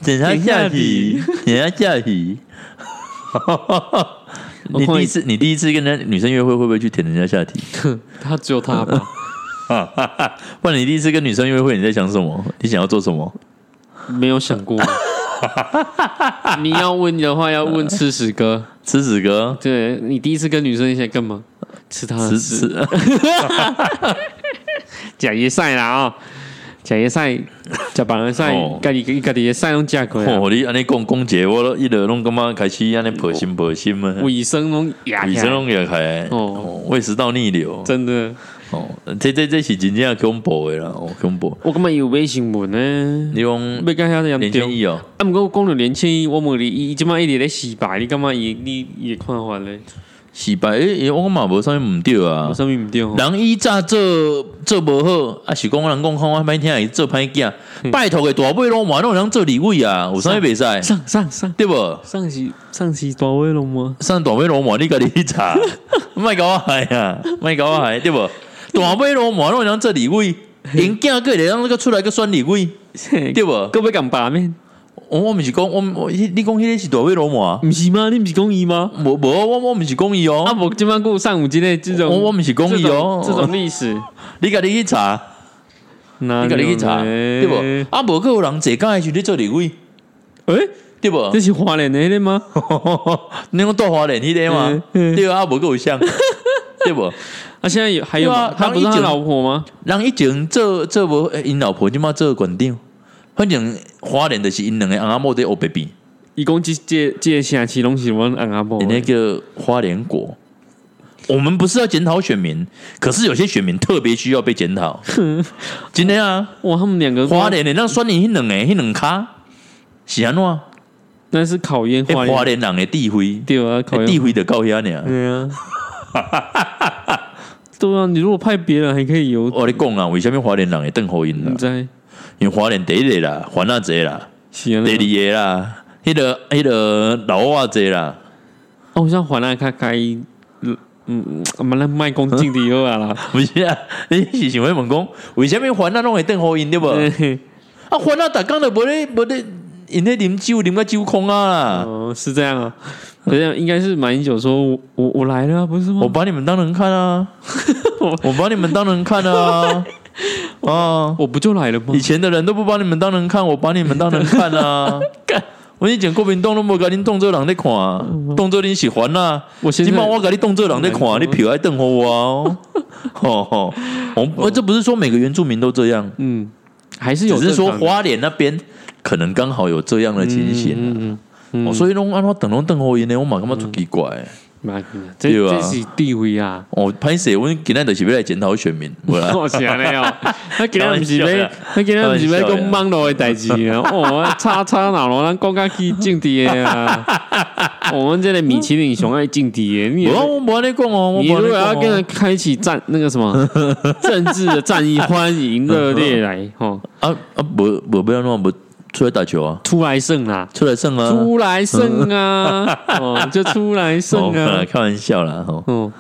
Speaker 1: 检查下体，检查下 [laughs] 体。你第一次，你第一次跟人家女生约会，会不会去舔人家下体？ [laughs]
Speaker 2: 他只有他吧，
Speaker 1: 不然你第一次跟女生约会，你在想什么？你想要做什么？
Speaker 2: 没有想
Speaker 1: [laughs]
Speaker 2: 过。你要问的话，要问吃屎哥。
Speaker 1: 吃屎哥，
Speaker 2: 对你第一次跟女生一起来干嘛？吃她
Speaker 1: 吃
Speaker 2: 的屎，
Speaker 1: 啊吃。
Speaker 2: 假叶赛啦啊、假叶赛，假板儿赛
Speaker 1: 哦，
Speaker 2: 家己家己的赛拢食过啊，
Speaker 1: [laughs] 哦，你安尼讲讲姐，我都一直拢感觉开始安尼破心破心啊，
Speaker 2: 卫生拢牙
Speaker 1: 医
Speaker 2: 起
Speaker 1: 生
Speaker 2: 来，
Speaker 1: 拢也开，
Speaker 2: 哦
Speaker 1: 哦，胃食道逆流，
Speaker 2: 真的，
Speaker 1: 哦，这这这是真正恐怖的啦，哦，恐怖。
Speaker 2: 我感觉有微新闻呢。
Speaker 1: 你讲
Speaker 2: 要讲遐样
Speaker 1: 连千
Speaker 2: 对，
Speaker 1: 亿哦，
Speaker 2: 啊，毋过讲到连千亿，我问你，伊即摆一直咧洗白，你感觉伊你伊的看法咧？
Speaker 1: 是吧？诶、欸，我嘛无啥物毋对啊
Speaker 2: 有。啥物毋对吼？
Speaker 1: 人伊早做做无好，啊是讲人讲看我歹听，伊做歹囝，
Speaker 2: 嗯
Speaker 1: 拜托个大尾拢嘛拢有人做李伟啊，有啥物袂使？
Speaker 2: 上上上
Speaker 1: 对无？
Speaker 2: 上是上是大威龙吗？
Speaker 1: 上大尾龙马，你家己去
Speaker 2: [laughs]
Speaker 1: 查，莫甲我害啊，莫甲我害，对无？大尾龙马拢有人做李
Speaker 2: [laughs]
Speaker 1: 伟，因囝个会让那个出来个选李伟，对
Speaker 2: [laughs] 对
Speaker 1: 无
Speaker 2: 各位讲罢免，
Speaker 1: 我哦我毋是讲，我我你讲迄个是大尾龙马，
Speaker 2: 毋是吗？你毋是讲伊吗？
Speaker 1: 啊无无我我毋是讲伊
Speaker 2: 啊，
Speaker 1: 哦，
Speaker 2: 无即摆有上有即个即种，
Speaker 1: 我我毋是讲伊哦，
Speaker 2: 这种这种历史，
Speaker 1: 你家己去查。
Speaker 2: 那
Speaker 1: 你家己去
Speaker 2: 哎
Speaker 1: 查，对无？
Speaker 2: 诶，
Speaker 1: 啊，无佫有人坐岗的时候咧做立委，对无
Speaker 2: [laughs] 这？是华联的迄个吗？
Speaker 1: 你讲大华联迄个嘛？
Speaker 2: 嗯嗯
Speaker 1: 对啊，啊无佫有像， [laughs] 对无？
Speaker 2: 啊，现在有还有
Speaker 1: 对啊
Speaker 2: 吗？他
Speaker 1: 人
Speaker 2: 不
Speaker 1: 以
Speaker 2: 是他
Speaker 1: 前
Speaker 2: 老婆吗？
Speaker 1: 人以前做做无，欸因老婆即马做馆长，反正华联就是因两个翁仔某伫学白边，
Speaker 2: 伊讲即这这个城市拢是阮翁阿婆
Speaker 1: 人家叫花莲国。我们不是要检讨选民，可是有些选民特别需要被检讨。今天啊，
Speaker 2: 哇，他们两个
Speaker 1: 花，莲的那选你迄两个迄两卡，是安怎样？
Speaker 2: 那是考验
Speaker 1: 欸
Speaker 2: 花
Speaker 1: 花
Speaker 2: 莲，
Speaker 1: 莲人的地位，
Speaker 2: 对啊，
Speaker 1: 欸
Speaker 2: 考验
Speaker 1: 地位的高遐尔。
Speaker 2: 对啊， [laughs] 对啊，你如果派别人还可以有，
Speaker 1: 我跟你讲啊，为什么华联人会邓侯因啦
Speaker 2: 你？在啊
Speaker 1: 因为华联第一个啦，还那济啦，
Speaker 2: 西安
Speaker 1: 第二个啦，迄、个迄、个老外济啦，
Speaker 2: 哦，我想还那卡开，嗯嗯，啊嘛咱卖讲政治好啊
Speaker 1: [laughs]
Speaker 2: 啦，
Speaker 1: 不是啊？你是想要问讲，为什么还那拢会邓侯因对无？
Speaker 2: 嘿
Speaker 1: 啊，还那逐工都无咧无咧，因咧啉酒啉个酒空啊啦！
Speaker 2: 哦，是这样啊，好像应该是马英九说，我我我来了啊，不是吗
Speaker 1: 我？把你们当人看
Speaker 2: [laughs]
Speaker 1: 啊，我把你们当人看啊！啊，
Speaker 2: 我不就来了吗
Speaker 1: 以？前的人都不把你们当人看，我把你们当人看
Speaker 2: [laughs]
Speaker 1: 啊！我以前国民党都无甲恁当做人咧看，啊
Speaker 2: 嗯
Speaker 1: 当做恁是还啊。
Speaker 2: 我现
Speaker 1: 今
Speaker 2: 在
Speaker 1: 晚我给你动这人在看，你票还瞪我
Speaker 2: [laughs]
Speaker 1: 哦。哦哦，我我这不是说每个原住民都这样，
Speaker 2: 嗯，还是有
Speaker 1: 只
Speaker 2: 正
Speaker 1: 是
Speaker 2: 常
Speaker 1: 说
Speaker 2: 的，
Speaker 1: 花莲那边可能刚好有这样的情形、
Speaker 2: 嗯嗯
Speaker 1: 啊
Speaker 2: 嗯
Speaker 1: 哦，所以拢安怎等拢瞪后因呢，我嘛感觉出奇怪的。
Speaker 2: 妈呀，哦这
Speaker 1: 对啊
Speaker 2: 这是地
Speaker 1: [laughs]
Speaker 2: 位啊！
Speaker 1: 哦，歹势，我今天就是要来检讨选民，无 [laughs] 啦，
Speaker 2: 我是安尼哦， [laughs] 他今天毋是
Speaker 1: 啊开玩笑
Speaker 2: 要
Speaker 1: 啦，
Speaker 2: 他今天毋是要
Speaker 1: 开玩笑啦
Speaker 2: 讲网络的代志
Speaker 1: [laughs]
Speaker 2: 啊！哦，吵吵闹闹，咱讲甲去政治
Speaker 1: [laughs]
Speaker 2: 的啊！我们这个米其林熊爱政治的，你
Speaker 1: 无啊我无安尼讲哦，我
Speaker 2: 你
Speaker 1: 无
Speaker 2: 如
Speaker 1: 安尼讲
Speaker 2: 果要
Speaker 1: 哦
Speaker 2: 跟人开启战那个
Speaker 1: [laughs]
Speaker 2: 什么政治的战役，欢迎热烈来
Speaker 1: [laughs]
Speaker 2: 哦，
Speaker 1: 啊啊，无无不要弄，无出来打球啊，
Speaker 2: 出来胜啦！
Speaker 1: 出来胜啊，
Speaker 2: 出来胜
Speaker 1: [laughs]
Speaker 2: 啊！哦，就出来胜啊
Speaker 1: 哦！ [laughs] 开玩笑啦，吼，
Speaker 2: 哦，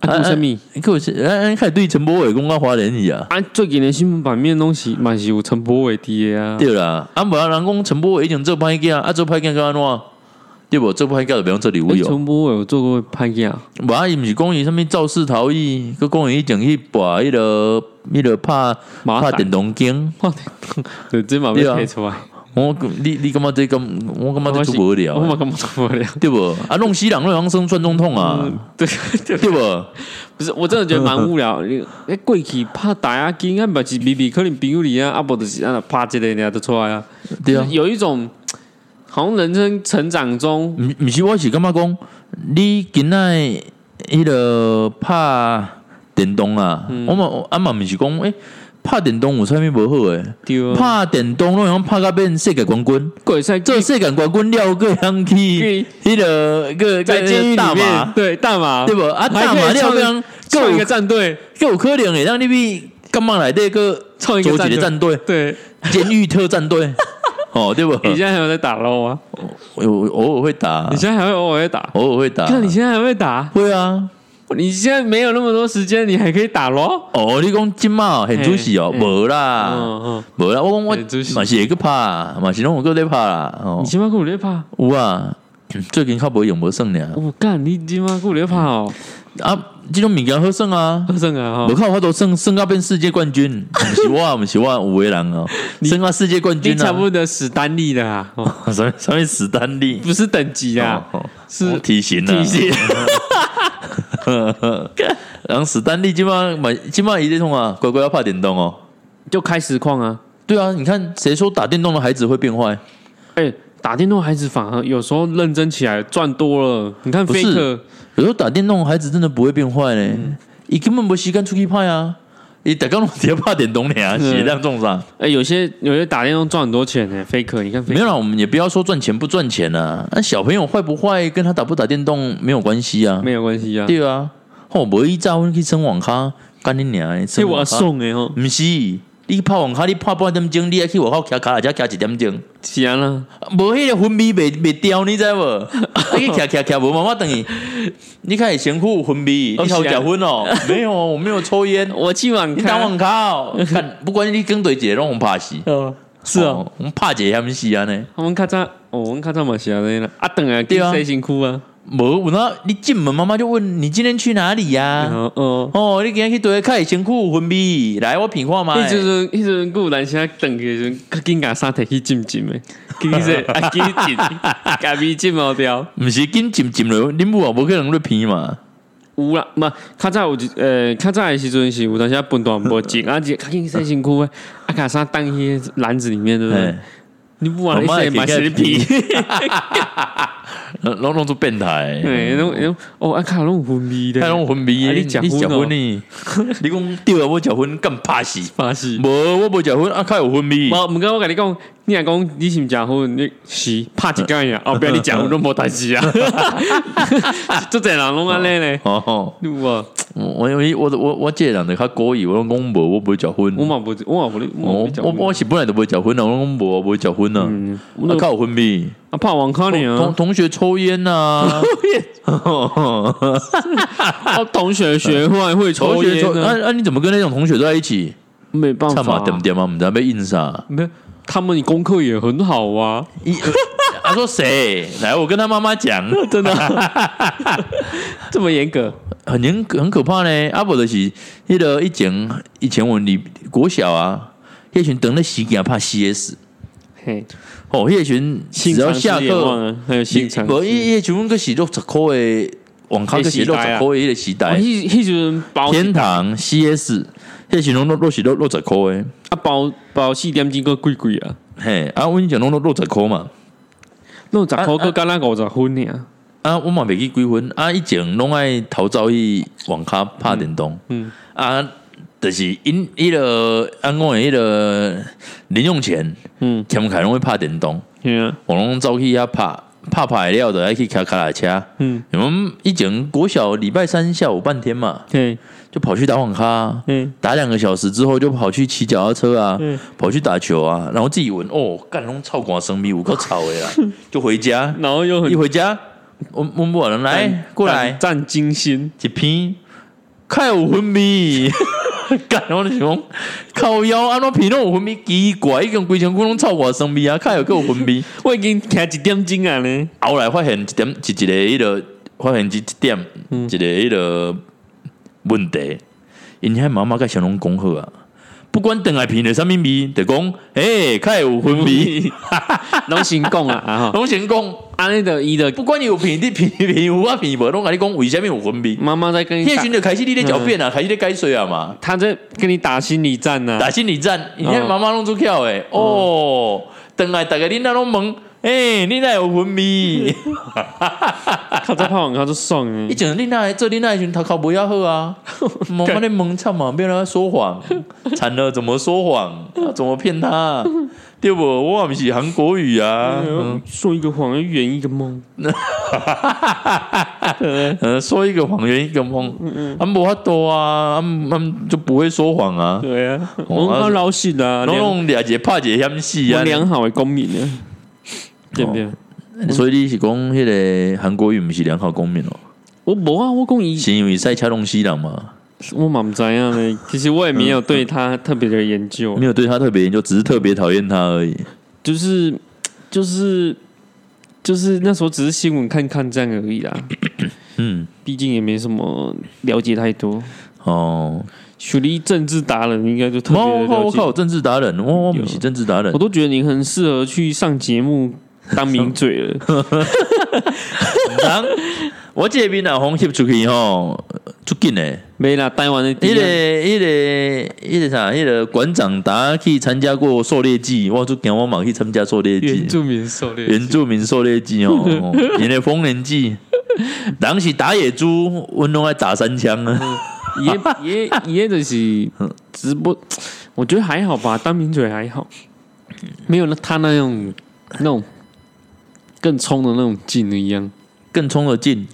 Speaker 2: 啊，杜什么？
Speaker 1: 可我是哎，开始对陈柏伟讲到华联去啊。
Speaker 2: 啊，最近的新闻版面拢是嘛是有陈柏伟的啊，
Speaker 1: 对啦，啊，无啊，人讲陈柏伟已经做歹囝，啊，做歹囝干安怎？对无，做歹囝就不用做礼物
Speaker 2: 诶
Speaker 1: 哦。
Speaker 2: 陈柏伟有做过拍戏啊，
Speaker 1: 无啊，伊毋是讲伊啥物肇事逃逸，佮讲伊已经去跋迄落迄落拍
Speaker 2: 马
Speaker 1: 拍
Speaker 2: 仔
Speaker 1: 电动警。
Speaker 2: 哇，对，这嘛被贴出来，
Speaker 1: 我你你感觉这咁，啊我感觉这足无聊
Speaker 2: 我嘛
Speaker 1: 的，
Speaker 2: 干嘛做不了？
Speaker 1: 对无？啊，弄死人，弄人生算总痛啊，
Speaker 2: 对 [laughs] 对，
Speaker 1: 对无？
Speaker 2: 不是，我真的觉得蛮无聊。你诶，过去拍打压机，啊，不是比比可能朋友里啊，啊，无就是啊，拍一个人家就出来啊，
Speaker 1: 对啊
Speaker 2: 就是，有一种好像人生成长中，
Speaker 1: 毋毋是，我是感觉讲，你今仔迄落拍电动啊，
Speaker 2: 嗯
Speaker 1: 我嘛啊嘛毋是讲，诶，拍电动有啥物无好诶？
Speaker 2: 对啊，
Speaker 1: 拍电动拢用拍到变世界冠军，
Speaker 2: 过赛
Speaker 1: 这世界冠军了个通去
Speaker 2: 去
Speaker 1: 迄个个
Speaker 2: 在监
Speaker 1: 个
Speaker 2: 狱里
Speaker 1: 大
Speaker 2: 面，
Speaker 1: 麻，
Speaker 2: 对大麻，
Speaker 1: 对不？啊，
Speaker 2: 还
Speaker 1: 大
Speaker 2: 可以
Speaker 1: 麻了个通
Speaker 2: 创一
Speaker 1: 够
Speaker 2: 个战队，
Speaker 1: 够有可能诶，让你比干嘛来这个
Speaker 2: 创一
Speaker 1: 组
Speaker 2: 个
Speaker 1: 织的
Speaker 2: 战
Speaker 1: 战队，
Speaker 2: 队。
Speaker 1: 监狱特战队， [laughs] 哦，对不？
Speaker 2: 你现在还有在打捞啊？
Speaker 1: 我我偶尔会打
Speaker 2: 你，现在还会偶尔会打？
Speaker 1: 偶尔会打，
Speaker 2: 看你现在还会打？
Speaker 1: 会啊。
Speaker 2: 你现在没有那么多时间，你还可以打咯。
Speaker 1: 哦，你讲金嘛很主席哦，
Speaker 2: 嘿
Speaker 1: 无啦，
Speaker 2: 嗯嗯，
Speaker 1: 无啦，我讲我
Speaker 2: 很主席
Speaker 1: 嘛是会去拍啊，嘛是拢有个咧拍啦，哦
Speaker 2: 你，今晚跟我咧拍？
Speaker 1: 有啊，最近较无用无算俩。
Speaker 2: 我哦干，你今晚跟我咧拍哦，
Speaker 1: 啊，这种物件好耍啊，
Speaker 2: 好胜啊
Speaker 1: 无
Speaker 2: 哈！
Speaker 1: 看有法度耍耍到变世界冠军，毋是我， [laughs] 毋是我，有个人哦，耍到世界冠
Speaker 2: 你
Speaker 1: 军
Speaker 2: 差
Speaker 1: 啊，
Speaker 2: 不多史丹利的啊，哦
Speaker 1: [laughs] 什么什么史丹利
Speaker 2: 不是等级啊，
Speaker 1: 哦哦
Speaker 2: 是
Speaker 1: 体型啊，[laughs]
Speaker 2: 体系。
Speaker 1: 然后史丹利今晚买今晚一电动啊，乖乖要拍电动哦。
Speaker 2: 就开实况啊。
Speaker 1: 对啊，你看谁说打电动的孩子会变坏？
Speaker 2: 哎，打电动孩子反而有时候认真起来赚多了。你看
Speaker 1: 不是
Speaker 2: Faker，
Speaker 1: 有时候打电动的孩子真的不会变坏呢，伊根本没时间出去拍啊。嗯伊大家拢直接怕点东 [laughs] 啊，血量重伤。
Speaker 2: 哎、有些有些打电动赚很多钱呢、飞 f 你看 f
Speaker 1: 没有啦，我们也不要说赚钱不赚钱啊。那小朋友坏不坏，跟他打不打电动没有关系啊。
Speaker 2: 没有关系啊，
Speaker 1: 对啊，吼，无伊早阮去耍网咖，干你娘的！耍
Speaker 2: 这哎我要
Speaker 1: 网咖，
Speaker 2: 送的哦吼，
Speaker 1: 毋是，你拍网咖，你拍半点钟，你还去外口徛卡车徛一点钟，
Speaker 2: 是啊啦，
Speaker 1: 无迄个昏迷袂袂掉，你知无？ [laughs] 你去徛徛徛无妈妈等伊，你看身躯有昏迷，
Speaker 2: 哦
Speaker 1: 你头
Speaker 2: 是啊
Speaker 1: 假昏哦？ [laughs] 没有哦，我没有抽烟。
Speaker 2: 我去网
Speaker 1: [laughs] 你打
Speaker 2: 咖，
Speaker 1: 网咖哦，看不管你跟对姐拢怕死，
Speaker 2: 哦，是啊，
Speaker 1: 哦，我们怕姐他们死啊呢。
Speaker 2: 我们较早，哦，我们较早嘛是安尼啦，啊，等下去
Speaker 1: 对啊
Speaker 2: 洗身躯啊，
Speaker 1: 无，然后你进门，妈妈就问你今天去哪里呀、
Speaker 2: 然后哦，
Speaker 1: 哦，你今天去对看身躯有昏迷，来我品看嘛。
Speaker 2: 迄时阵，迄时阵，有男生等去的时阵，较紧甲衫摕去浸浸的，去去说啊，去浸，甲米浸毛掉。
Speaker 1: 毋是紧浸浸落，恁母啊无可能咧鼻嘛。
Speaker 2: 有啦，嘛，较早有一，呃，较早的时阵是有当时分段无浸，啊，就较紧洗身躯的，啊，甲衫当去篮子里面，对不对
Speaker 1: 嘿？
Speaker 2: 你不往里
Speaker 1: 我妈
Speaker 2: 洗
Speaker 1: 也
Speaker 2: 嘛
Speaker 1: 可以
Speaker 2: 是
Speaker 1: 跟
Speaker 2: 皮
Speaker 1: 她，
Speaker 2: [laughs]
Speaker 1: 拢拢做变态，
Speaker 2: 哎，拢拢哦，啊，卡拢有昏迷的，
Speaker 1: 太拢昏迷，
Speaker 2: 啊你
Speaker 1: 你
Speaker 2: 吃
Speaker 1: 食
Speaker 2: 薰哦
Speaker 1: 薰呢？ [laughs] 你讲对啊，我食薰干怕死。
Speaker 2: 发誓。
Speaker 1: 无，我无食薰，啊，较有昏迷。
Speaker 2: 无，毋过我甲你讲，你若讲你是毋食薰，你是拍一工呀，后壁你食薰拢无代志啊。足侪人拢安尼咧，
Speaker 1: 哦吼，
Speaker 2: 有无？
Speaker 1: 我我我我我这个人就较故意，我拢讲无，我无食
Speaker 2: 我
Speaker 1: 薰。
Speaker 2: 嘛无，我嘛无咧，
Speaker 1: 我
Speaker 2: 我
Speaker 1: 我我是本来就无食薰啊，我拢讲无，无食薰啊，啊较有昏迷。
Speaker 2: 啊拍网咖呢
Speaker 1: 同
Speaker 2: 啊，
Speaker 1: 同学抽烟 [laughs] 呐，
Speaker 2: 啊同学学坏会抽
Speaker 1: 同学
Speaker 2: 烟
Speaker 1: 抽，
Speaker 2: 啊，
Speaker 1: 啊啊，你怎么跟那种同学在一起？
Speaker 2: 没办
Speaker 1: 干
Speaker 2: 法
Speaker 1: 嘛，点啊点嘛，我们在被印啥？
Speaker 2: 没有，他们功课也很好啊，
Speaker 1: 他啊说谁？来，我跟他妈妈讲，
Speaker 2: 真的啊，这么严格，
Speaker 1: 很严很可怕呢。啊，无就是迄个以前以前我们里国小啊，迄群等咧死惊怕 CS
Speaker 2: 嘿，
Speaker 1: 哦，迄群只要下
Speaker 2: 性常识也忘
Speaker 1: 课，
Speaker 2: 了还有性常识，
Speaker 1: 无迄迄群个是六十块的网咖，个是六十块的迄个时
Speaker 2: 啊
Speaker 1: 代，
Speaker 2: 迄迄时阵包
Speaker 1: 天堂 CS，迄群拢六是六六十块的。
Speaker 2: 啊包包四点钟个贵贵啊，
Speaker 1: 嘿，啊，阮以前拢六六十块嘛，
Speaker 2: 弄十箍个敢若五十分尔。
Speaker 1: 啊，我嘛袂记几分，啊，以前拢爱逃走去网咖拍电动，
Speaker 2: 嗯
Speaker 1: 啊，就是因迄个啊安讲诶迄个零用钱，
Speaker 2: 嗯，
Speaker 1: 欠凯拢会拍电动，
Speaker 2: 对啊，
Speaker 1: 我拢走去遐拍，拍拍了就爱去开卡拉车。
Speaker 2: 嗯，
Speaker 1: 我们以前国小礼拜三下午半天嘛，
Speaker 2: 对，
Speaker 1: 就跑去打网咖啊、
Speaker 2: 嗯，
Speaker 1: 打两个小时之后就跑去骑脚踏车啊，
Speaker 2: 嗯
Speaker 1: 跑去打球啊，然后自己闻哦，干拢臭瓜生米，有够臭的啦，就回家。
Speaker 2: 然后又很
Speaker 1: 一回家，我我某人
Speaker 2: 哎
Speaker 1: 来过来
Speaker 2: 占金星，
Speaker 1: 一片，看有昏迷，干我就想讲靠腰安怎片拢有昏迷，奇怪，已经规身躯拢臭我生病啊，看有够昏迷。
Speaker 2: 我已经徛一点钟啊 [laughs] 呢，
Speaker 1: 后来发现一点，是一个迄落，发现一一点，一个迄落问题，因遐妈妈甲小龙讲好啊。不管等来片的啥物味，就讲，诶、欸，较有昏迷，
Speaker 2: 拢成功啊啊吼，
Speaker 1: 拢先讲，
Speaker 2: 安尼的伊的
Speaker 1: 不管你有片，你片片有啊片无，拢甲你讲为什么有昏迷。
Speaker 2: 妈妈在跟你
Speaker 1: 叶
Speaker 2: 打
Speaker 1: 群，就开始你咧狡辩啊，开始咧解水啊嘛，
Speaker 2: 他在跟你打心理战啊呐、
Speaker 1: 打心理战，你看妈妈弄出跳诶，哦，等来大家恁那拢问，诶，恁那有昏迷，
Speaker 2: 啊，他在拍网咖就爽哎、
Speaker 1: 以前恁那做恁那时阵头壳不要好
Speaker 2: [laughs]
Speaker 1: 啊，妈妈咧蒙惨嘛，别让他说谎，惨了怎么说谎，啊怎么骗他，对不？我毋是韩国语啊，嗯
Speaker 2: 嗯，说一个谎，圆一个梦，
Speaker 1: 呃，说一个谎圆一个
Speaker 2: 嗯
Speaker 1: 梦，俺无法度啊，俺俺就不会说谎啊，
Speaker 2: 对啊，
Speaker 1: 哦
Speaker 2: 我们
Speaker 1: 啊
Speaker 2: 要老实啊，
Speaker 1: 拢
Speaker 2: 良我
Speaker 1: 拢俩姐怕姐嫌死啊
Speaker 2: 们。良好的公民呢，对不对？
Speaker 1: 所以你是讲迄个韩国语毋是良好公民哦，
Speaker 2: 我无啊，我讲伊，
Speaker 1: 是因为赛车东西人嘛，
Speaker 2: 我嘛不知影呢。其实我也没有对他特别的研究
Speaker 1: 没，有对他特别研究，只是特别讨厌他而已。
Speaker 2: 就是就是就是那时候只是新闻看看这样而已啦，
Speaker 1: [coughs] 嗯，
Speaker 2: 毕竟也没什么了解太多。
Speaker 1: 哦，
Speaker 2: 属于政治达人，应该就特别
Speaker 1: 我
Speaker 2: 的
Speaker 1: 靠，
Speaker 2: 了
Speaker 1: 我靠，
Speaker 2: 解。
Speaker 1: 我政治达人，哦我我不是政治达人
Speaker 2: 我，都觉得你很适合去上节目当名嘴
Speaker 1: [laughs]
Speaker 2: 了。
Speaker 1: 人我这边啊，红翕出去吼，出紧诶，
Speaker 2: 没啦，台湾的第
Speaker 1: 迄
Speaker 2: 一
Speaker 1: 个、迄个、迄个啥，迄个馆长达去参加过狩猎季，我就惊我嘛去参加狩猎季
Speaker 2: 原。住民狩猎
Speaker 1: 原住民狩猎季
Speaker 2: [laughs]
Speaker 1: 哦，
Speaker 2: 嗯
Speaker 1: 因为丰年季，人是打野猪，阮拢爱打三枪啊。
Speaker 2: 也也也就是
Speaker 1: 嗯
Speaker 2: 直播，我觉得还好吧，当名嘴还好，没有那他那种那种更冲的那种劲一样，
Speaker 1: 更冲了劲。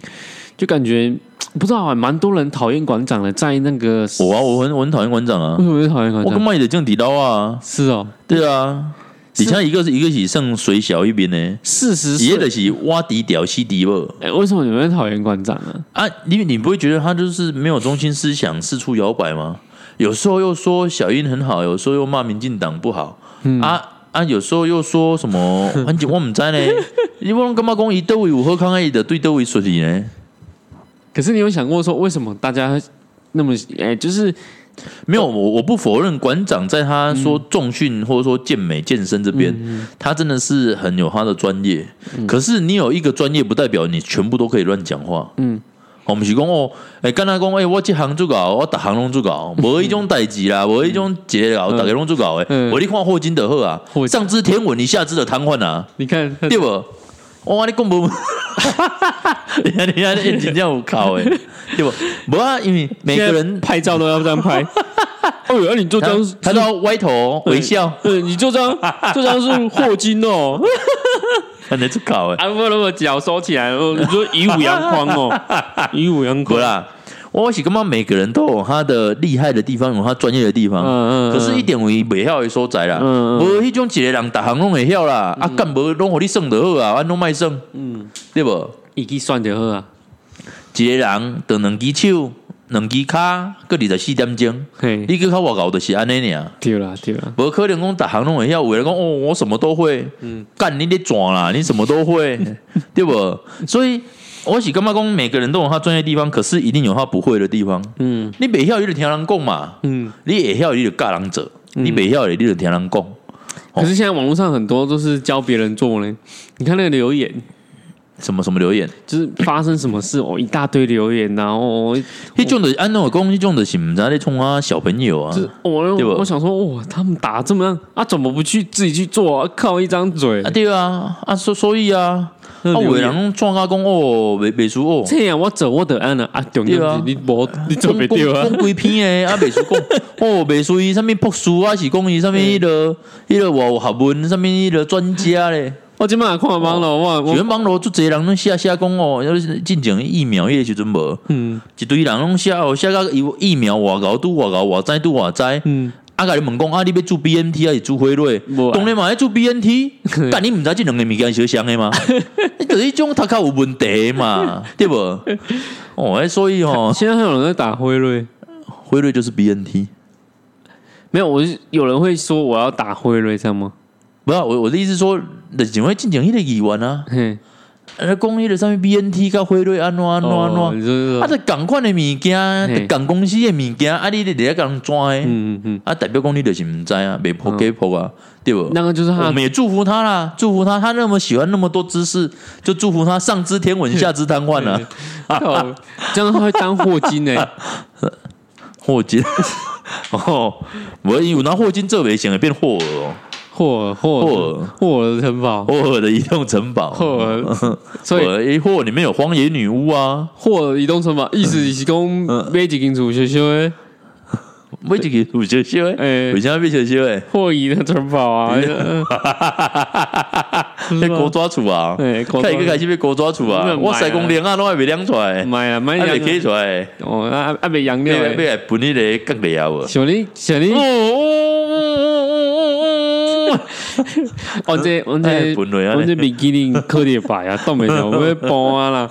Speaker 2: 就感觉不知道啊，蛮多人讨厌馆长的，在那个
Speaker 1: 我啊，我很我很讨厌馆长啊
Speaker 2: 为，什么会讨厌馆
Speaker 1: 我跟
Speaker 2: 长？
Speaker 1: 麦的正底刀啊，
Speaker 2: 是哦，
Speaker 1: 对啊，底下一个是一个是上水小一边呢，
Speaker 2: 事实
Speaker 1: 也
Speaker 2: 是，
Speaker 1: 就是挖底屌西底二
Speaker 2: 哎，为什么你们会讨厌馆长啊？
Speaker 1: 啊，因为你不会觉得他就是没有中心思想，四处摇摆吗？有时候又说小英很好，有时候又骂民进党不好，啊啊，有时候又说什么，很久我们在呢，你问干嘛讲伊德位有好康爱的对德位说理呢？
Speaker 2: 可是你有想过说，为什么大家那么哎，就是
Speaker 1: 没有，我我不否认馆长在他说
Speaker 2: 嗯
Speaker 1: 重训或者说健美健身这边，他真的是很有他的专业。
Speaker 2: 嗯
Speaker 1: 可是你有一个专业，不代表你全部都可以乱讲话。嗯，我们是讲哦，哎，干他讲哎，我这行做搞，我打行拢做搞，
Speaker 2: 嗯
Speaker 1: 无一种代志啦，无一种节搞，大家拢做搞诶。
Speaker 2: 嗯
Speaker 1: 我你看霍金的好啊
Speaker 2: 霍，金嗯
Speaker 1: 上知天文，你下知的瘫痪啊，
Speaker 2: 你看他
Speaker 1: 对不？我你讲无， [laughs] 你看你看，你真正有靠诶，对
Speaker 2: [laughs]
Speaker 1: 不？无啊，因为每个人
Speaker 2: 现在拍照都要这样拍。 [laughs] 哦，原来你做
Speaker 1: 他
Speaker 2: 张，
Speaker 1: 他都要歪头哦微笑， [laughs]
Speaker 2: 嗯，你这张这张是霍金 [laughs] 哦，
Speaker 1: 很难出搞哎。
Speaker 2: 啊，不，如果脚收起来，哦，你说以武扬匡哦， [laughs] 以武扬
Speaker 1: 不
Speaker 2: 匡，
Speaker 1: 啦，我是感觉每个人都有他的厉害的地方，有他专业的地方。
Speaker 2: 嗯嗯嗯
Speaker 1: 可是，一点为袂晓的所在啦。
Speaker 2: 嗯嗯
Speaker 1: 无迄种一个人逐项拢会晓啦，啊，干无拢互你算就好啊，啊，拢卖算，
Speaker 2: 嗯，
Speaker 1: 对无？
Speaker 2: 一计算就好啊，
Speaker 1: 一个人得两只手、两只骹，各二十四点钟，
Speaker 2: 嘿，
Speaker 1: 你去较外搞就是安尼尔。
Speaker 2: 对啦对啦，
Speaker 1: 无可能讲逐项拢会晓，有的人讲哦，我什么都会，
Speaker 2: 嗯
Speaker 1: 干你咧转啦，你什么都会，
Speaker 2: [laughs]
Speaker 1: 对不？所以我是感觉讲每个人都有他专业的地方，可是一定有他不会的地方。
Speaker 2: 嗯
Speaker 1: 你袂晓你就听人讲嘛，
Speaker 2: 嗯，
Speaker 1: 你会晓你就教人做，你袂晓你就听人讲。哦
Speaker 2: 可是现在网络上很多都是教别人做呢，你看那个留言。
Speaker 1: 什么什么留言，
Speaker 2: 就是发生什么事哦，一大堆留言，然后哦
Speaker 1: 迄种的安诺讲，迄种的是毋知咧冲啊小朋友啊
Speaker 2: 就，是哦我
Speaker 1: 对吧
Speaker 2: 我想说，哇，他们打这么样啊，怎么不去自己去做啊？靠一张嘴
Speaker 1: 啊，对啊，啊所所以啊，啊
Speaker 2: 那留
Speaker 1: 有的
Speaker 2: 言
Speaker 1: 人拢创啊讲哦，袂袂输哦。
Speaker 2: 这样我走我得安了啊，重点
Speaker 1: 对啊
Speaker 2: 是你无你 [laughs] 做
Speaker 1: 讲
Speaker 2: 袂
Speaker 1: [laughs]
Speaker 2: 对啊
Speaker 1: 讲，讲几篇诶，啊，袂输
Speaker 2: [laughs]
Speaker 1: 讲哦，袂输伊啥物博士啊，是讲伊啥物
Speaker 2: 嗯
Speaker 1: 迄落迄落外有学问，啥物迄落专家咧。
Speaker 2: 我哦今麦看网了，我
Speaker 1: 全
Speaker 2: 我
Speaker 1: 网络做侪人拢写写讲哦，要是进前疫苗迄个时阵无，
Speaker 2: 嗯
Speaker 1: 一堆人拢写哦，写到疫疫苗外高拄外高，外知拄外知。
Speaker 2: 嗯，
Speaker 1: 啊，甲你问讲啊，你要做 BNT 还是做辉瑞
Speaker 2: 无？啊
Speaker 1: 当然嘛，要做
Speaker 2: [laughs]
Speaker 1: BNT。但你毋知即两个物件是相像的吗？你就是迄种头壳有问题嘛，对
Speaker 2: [laughs]
Speaker 1: 无？哦，哎所以哦，
Speaker 2: 现在还有人在打辉瑞，
Speaker 1: 辉瑞就是 BNT。
Speaker 2: 没有，我是有人会说我要打辉瑞，这样吗？
Speaker 1: 不是啊我我的意思是说，就是因为进前迄个议员啊，
Speaker 2: 嘿，
Speaker 1: 啊，讲迄个上面 BNT 甲辉瑞安怎安怎安
Speaker 2: 哦
Speaker 1: 怎，
Speaker 2: 你说
Speaker 1: 啊，
Speaker 2: 说，
Speaker 1: 这共款的物件，
Speaker 2: 嘿
Speaker 1: 就共公司的物件，啊，你伫咧甲人抓的，
Speaker 2: 嗯嗯嗯，
Speaker 1: 啊，代表讲你就是毋知啊，袂破给破啊，对无？
Speaker 2: 那个就是
Speaker 1: 我
Speaker 2: 他
Speaker 1: 们也祝福他啦，祝福他，他那么喜欢那么多知识，就祝福他上知天文，下知瘫痪啊！
Speaker 2: 靠，这样他会当霍金
Speaker 1: [laughs]
Speaker 2: 欸呢，
Speaker 1: 霍金， [laughs] 哦，我有拿霍金这为险的变霍尔哦，
Speaker 2: 霍尔
Speaker 1: 霍
Speaker 2: 霍
Speaker 1: 尔
Speaker 2: 尔霍尔的城堡，
Speaker 1: 霍尔的移动城堡，
Speaker 2: 霍
Speaker 1: [laughs]
Speaker 2: 尔，
Speaker 1: 霍
Speaker 2: 所以
Speaker 1: 尔，诶霍尔里面有荒野女巫啊，
Speaker 2: 或移动城
Speaker 1: 嗯
Speaker 2: 堡，意思是讲买一间厝小小的，
Speaker 1: 每一个有小小
Speaker 2: [laughs]
Speaker 1: 诶，
Speaker 2: 诶
Speaker 1: 为啥要小小诶？
Speaker 2: 或移的城堡啊，
Speaker 1: 嗯被狗抓住啊！
Speaker 2: [laughs] 哎，国
Speaker 1: 看一个开始被狗抓住啊！
Speaker 2: 你们买啊
Speaker 1: 我塞公连啊，拢还袂亮出来，还
Speaker 2: 买啊买
Speaker 1: 袂
Speaker 2: 羊
Speaker 1: 起出来，
Speaker 2: 哦，啊啊买羊
Speaker 1: 要
Speaker 2: 料的，
Speaker 1: 要来分迄个角力啊！哦
Speaker 2: 小林小林， [laughs] 我
Speaker 1: [laughs]
Speaker 2: 这我
Speaker 1: 哎
Speaker 2: 这
Speaker 1: 分类啊
Speaker 2: 我这比基尼可得白
Speaker 1: [laughs]
Speaker 2: 啊，冻袂着，我要补啊啦，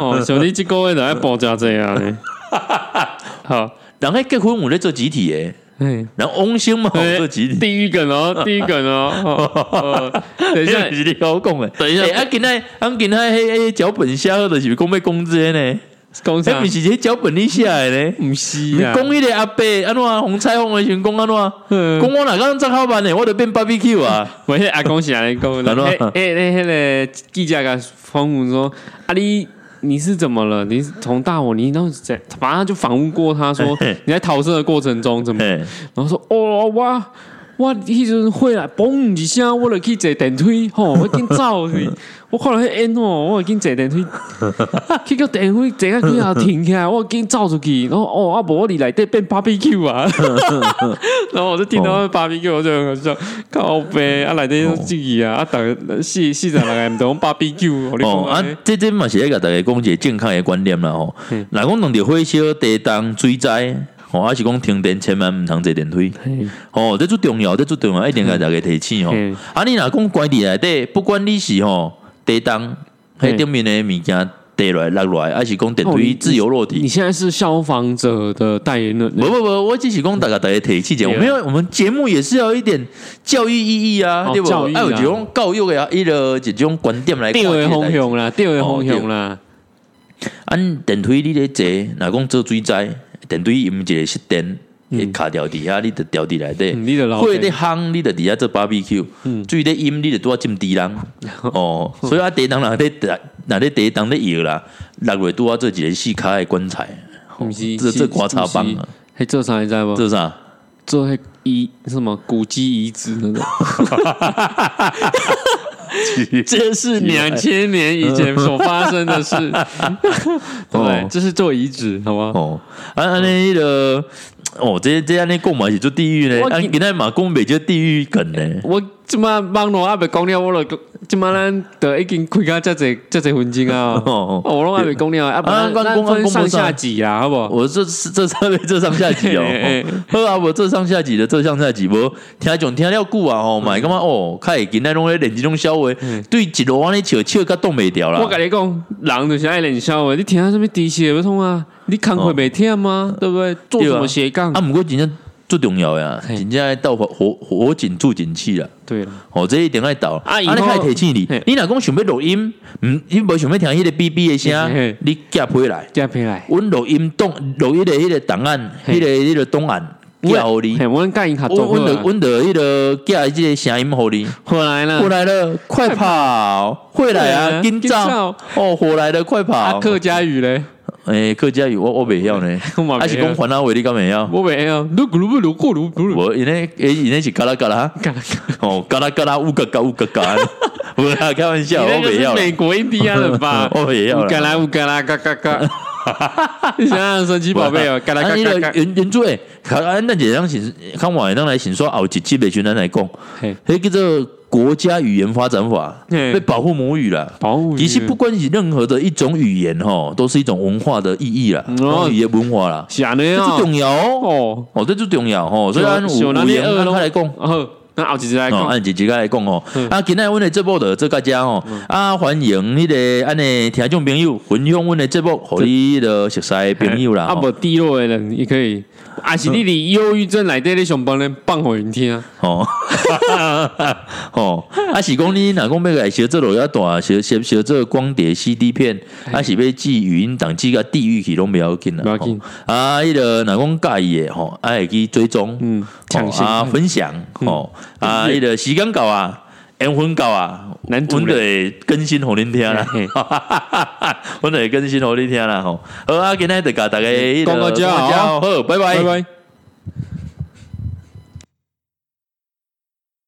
Speaker 2: 哦，小林这个月就要补加这啊呢，啊
Speaker 1: [laughs]
Speaker 2: 好，
Speaker 1: 人迄结婚有咧做集体诶，
Speaker 2: 哎。
Speaker 1: 人翁星嘛有做集体，
Speaker 2: 地狱梗哦，地狱梗哦哦，哦等一下
Speaker 1: 那， [laughs] 是你我讲诶。
Speaker 2: 等一下
Speaker 1: 哎啊，今仔啊今仔迄迄脚本写好就是讲要讲这个呢，
Speaker 2: 工
Speaker 1: 迄
Speaker 2: 厂
Speaker 1: 哎毋是迄脚本你写诶呢？
Speaker 2: 不啊是啊，
Speaker 1: 讲迄个阿伯安怎啊红彩虹诶时阵讲安怎啊？
Speaker 2: 嗯
Speaker 1: 讲我若刚正好办呢，我就变 BBQ 啊！
Speaker 2: 我迄阿公是安尼讲的，
Speaker 1: 哪 [laughs]
Speaker 2: 迄
Speaker 1: 哪
Speaker 2: 迄迄个记者甲访问说，啊你你是怎么了？你从大我，你那怎？反正他就访问过他说
Speaker 1: [laughs] 嘿嘿
Speaker 2: 你在逃生的过程中怎么？
Speaker 1: 嘿
Speaker 2: 然后说哦哇，我迄阵火来嘣一声，我就去坐电梯，吼，我紧走去，我看到迄烟吼，我紧坐电梯， [laughs] 去到电梯坐到去啊停起来，我紧走出去，然后哦，啊无我伫内底变 BBQ 啊， [laughs] 然后我就听到 BBQ，我就很好笑，靠背啊内底种自己啊，啊逐个四四十六个毋同 BBQ，我你
Speaker 1: 哦，啊
Speaker 2: 讲啊，，
Speaker 1: 这这嘛是要甲大家讲一个健康的观念啦吼。若讲弄着火烧、地动、水灾，吼、还是讲停电，千万毋通坐电梯。
Speaker 2: 嘿
Speaker 1: 吼、这最重要，这最重要，一定甲大家提醒吼
Speaker 2: 嗯。
Speaker 1: 啊，你若讲关伫内底，不管你是吼地动，迄
Speaker 2: 嗯
Speaker 1: 顶面的物件跌落来、落落来，还是讲电
Speaker 2: 哦
Speaker 1: 梯
Speaker 2: 你
Speaker 1: 自由落体
Speaker 2: 你。现在是消防者的代言人，
Speaker 1: 不不不，我只是讲大家大家提起讲，我
Speaker 2: 对啊
Speaker 1: 们要我们节目也是要有一点教育意义啊，
Speaker 2: 哦
Speaker 1: 对不？
Speaker 2: 教育啊
Speaker 1: 有一种教育的啊，一个一种观点来看
Speaker 2: 定位
Speaker 1: 这个
Speaker 2: 方
Speaker 1: 事情
Speaker 2: 向啦，定位方向啦，
Speaker 1: 按哎啊电梯你咧坐，若讲做水灾，电梯伊毋一个失电，会卡掉伫遐，你就掉伫内底。
Speaker 2: 嗯嗯你就老嗯
Speaker 1: 火咧烘，你就伫遐做 BBQ，水咧淹，你就拄啊浸猪人。哦，所以啊，地当若咧若咧地当咧摇啦，落落拄啊做一个四骹的棺材，
Speaker 2: 不是
Speaker 1: 这这刮擦棒啊，，
Speaker 2: 还做啥你知道不？
Speaker 1: 这啥？
Speaker 2: 做迄遗什么古迹遗址
Speaker 1: [laughs]
Speaker 2: 那种， [laughs] 这是两千年以前所发生的
Speaker 1: [laughs]
Speaker 2: 事， [laughs] 对，这是做遗址，好吗？
Speaker 1: 哦，啊，安尼迄个，哦，这这安尼讲嘛是做地狱呢，
Speaker 2: 我
Speaker 1: 啊，今仔嘛讲袂少地狱梗
Speaker 2: [laughs]
Speaker 1: 呢。
Speaker 2: 我即马网络阿袂讲了，我就即马咱就已经开到遮侪遮侪分钟啊！
Speaker 1: 哦
Speaker 2: 哦，我拢阿袂讲了，啊，不
Speaker 1: 啊
Speaker 2: 然
Speaker 1: 我
Speaker 2: 咱
Speaker 1: 我
Speaker 2: 分
Speaker 1: 我
Speaker 2: 上下集啊，好不好？
Speaker 1: 我这这上面这上下集
Speaker 2: 嘿
Speaker 1: 哦
Speaker 2: 嘿，
Speaker 1: 好啊，我这上下集的这上下集，无听众听了久啊吼，嘛会
Speaker 2: 嗯
Speaker 1: 感觉哦，较会今仔拢咧练即种笑话，对一路安尼笑笑甲挡袂牢啦
Speaker 2: 我。跟你讲，人就是爱冷笑话，你听到什么低血不痛啊？你工课袂忝吗？对不对？做什么斜杠
Speaker 1: 哦啊，？毋过真正最重要呀，
Speaker 2: 嘿
Speaker 1: 真正爱斗火火火紧住紧气啦。
Speaker 2: 对了，
Speaker 1: 哦，这一定爱斗，
Speaker 2: 啊
Speaker 1: 啊，你
Speaker 2: 以后
Speaker 1: 爱提醒你
Speaker 2: 嘿，
Speaker 1: 你若讲想要录音，毋你无想要听迄个哔哔的
Speaker 2: 嘿
Speaker 1: 声
Speaker 2: 嘿，
Speaker 1: 你夹回来。
Speaker 2: 加回来。
Speaker 1: 阮录音档录音的迄个档案，迄
Speaker 2: 嘿
Speaker 1: 个迄个档案寄互你
Speaker 2: 嘿，。我甲因合
Speaker 1: 阮
Speaker 2: 作
Speaker 1: 阮
Speaker 2: 好
Speaker 1: 著
Speaker 2: 啊，
Speaker 1: 阮著迄个寄即个声音互你。
Speaker 2: 回来
Speaker 1: 火来
Speaker 2: 了。
Speaker 1: 了，快跑！火来
Speaker 2: 嗯快
Speaker 1: 啊，
Speaker 2: 啊
Speaker 1: 紧
Speaker 2: 紧
Speaker 1: 走
Speaker 2: 走！
Speaker 1: 哦，火来了，快
Speaker 2: 啊，
Speaker 1: 跑！
Speaker 2: 客家语嘞， [laughs]
Speaker 1: 诶，客家语我我袂晓呢
Speaker 2: 我嘛，袂
Speaker 1: 还是
Speaker 2: 晓
Speaker 1: 讲闽南话你敢袂晓？
Speaker 2: 我袂晓。噜咕噜咕噜咕噜咕噜，
Speaker 1: 无，因为因为是嘎啦嘎啦，
Speaker 2: 干干
Speaker 1: 哦，嘎啦嘎啦，乌嘎嘎乌嘎嘎， [laughs] 无啦，开玩笑，我
Speaker 2: 你那个
Speaker 1: 袂晓
Speaker 2: 是
Speaker 1: 啦，
Speaker 2: 美国印第安人吧？
Speaker 1: 我袂晓啦
Speaker 2: 乌嘎 [laughs] 啦乌嘎啦嘎嘎嘎。
Speaker 1: [laughs]
Speaker 2: 你想想神奇宝贝哦，嘎啦嘎
Speaker 1: 啊那个
Speaker 2: 嘎嘎。
Speaker 1: 原原主诶，看咱咱一样是，看我咱来先说后一集的时咱来讲，
Speaker 2: 嘿，
Speaker 1: 迄叫做国家语言发展法，
Speaker 2: 嘿
Speaker 1: 被保护母语啦。
Speaker 2: 保护
Speaker 1: 其实不管是任何的一种语言吼，都是一种文化的意义啦，
Speaker 2: 嗯
Speaker 1: 哦
Speaker 2: 哦、
Speaker 1: 语言文化啦，
Speaker 2: 想的
Speaker 1: 这最
Speaker 2: 哦。
Speaker 1: 重要哦，
Speaker 2: 哦，
Speaker 1: 哦，这最重要吼。所以按
Speaker 2: 想
Speaker 1: 五
Speaker 2: 哪
Speaker 1: 五
Speaker 2: 里
Speaker 1: 言
Speaker 2: 二
Speaker 1: 按
Speaker 2: 咯
Speaker 1: 开来讲。
Speaker 2: 好，那后一集来
Speaker 1: 哦，
Speaker 2: 讲。
Speaker 1: 按姐姐来讲哦
Speaker 2: 嗯，
Speaker 1: 啊，今仔阮的节目的这个家吼，啊，欢迎你的安尼听众朋友分享阮的节目，互你的熟悉的朋友啦。哦嗯
Speaker 2: 啊，
Speaker 1: 吼
Speaker 2: 无低落的人也可以，啊，是你哩忧郁症内底咧想帮人放互因听， [laughs]
Speaker 1: 哦，哦，啊是讲你若讲要来学这落要大，学学学这光碟 CD 片，啊是要寄语音档寄个地域去拢不要紧啦。
Speaker 2: 不哎要紧
Speaker 1: 吼啊，迄个若讲介意的吼，啊会去追踪，
Speaker 2: 嗯抢
Speaker 1: 哦
Speaker 2: 先
Speaker 1: 啊分享，吼啊，迄个时间到啊。缘分到啊，
Speaker 2: 咱主
Speaker 1: 阮就会更新互恁听啦
Speaker 2: 嘿，
Speaker 1: [laughs] 阮就会更新互恁听啦吼。好啊，今日就甲大家迄个
Speaker 2: 讲到遮
Speaker 1: 讲到遮啊
Speaker 2: 哦
Speaker 1: 好，拜
Speaker 2: 拜拜。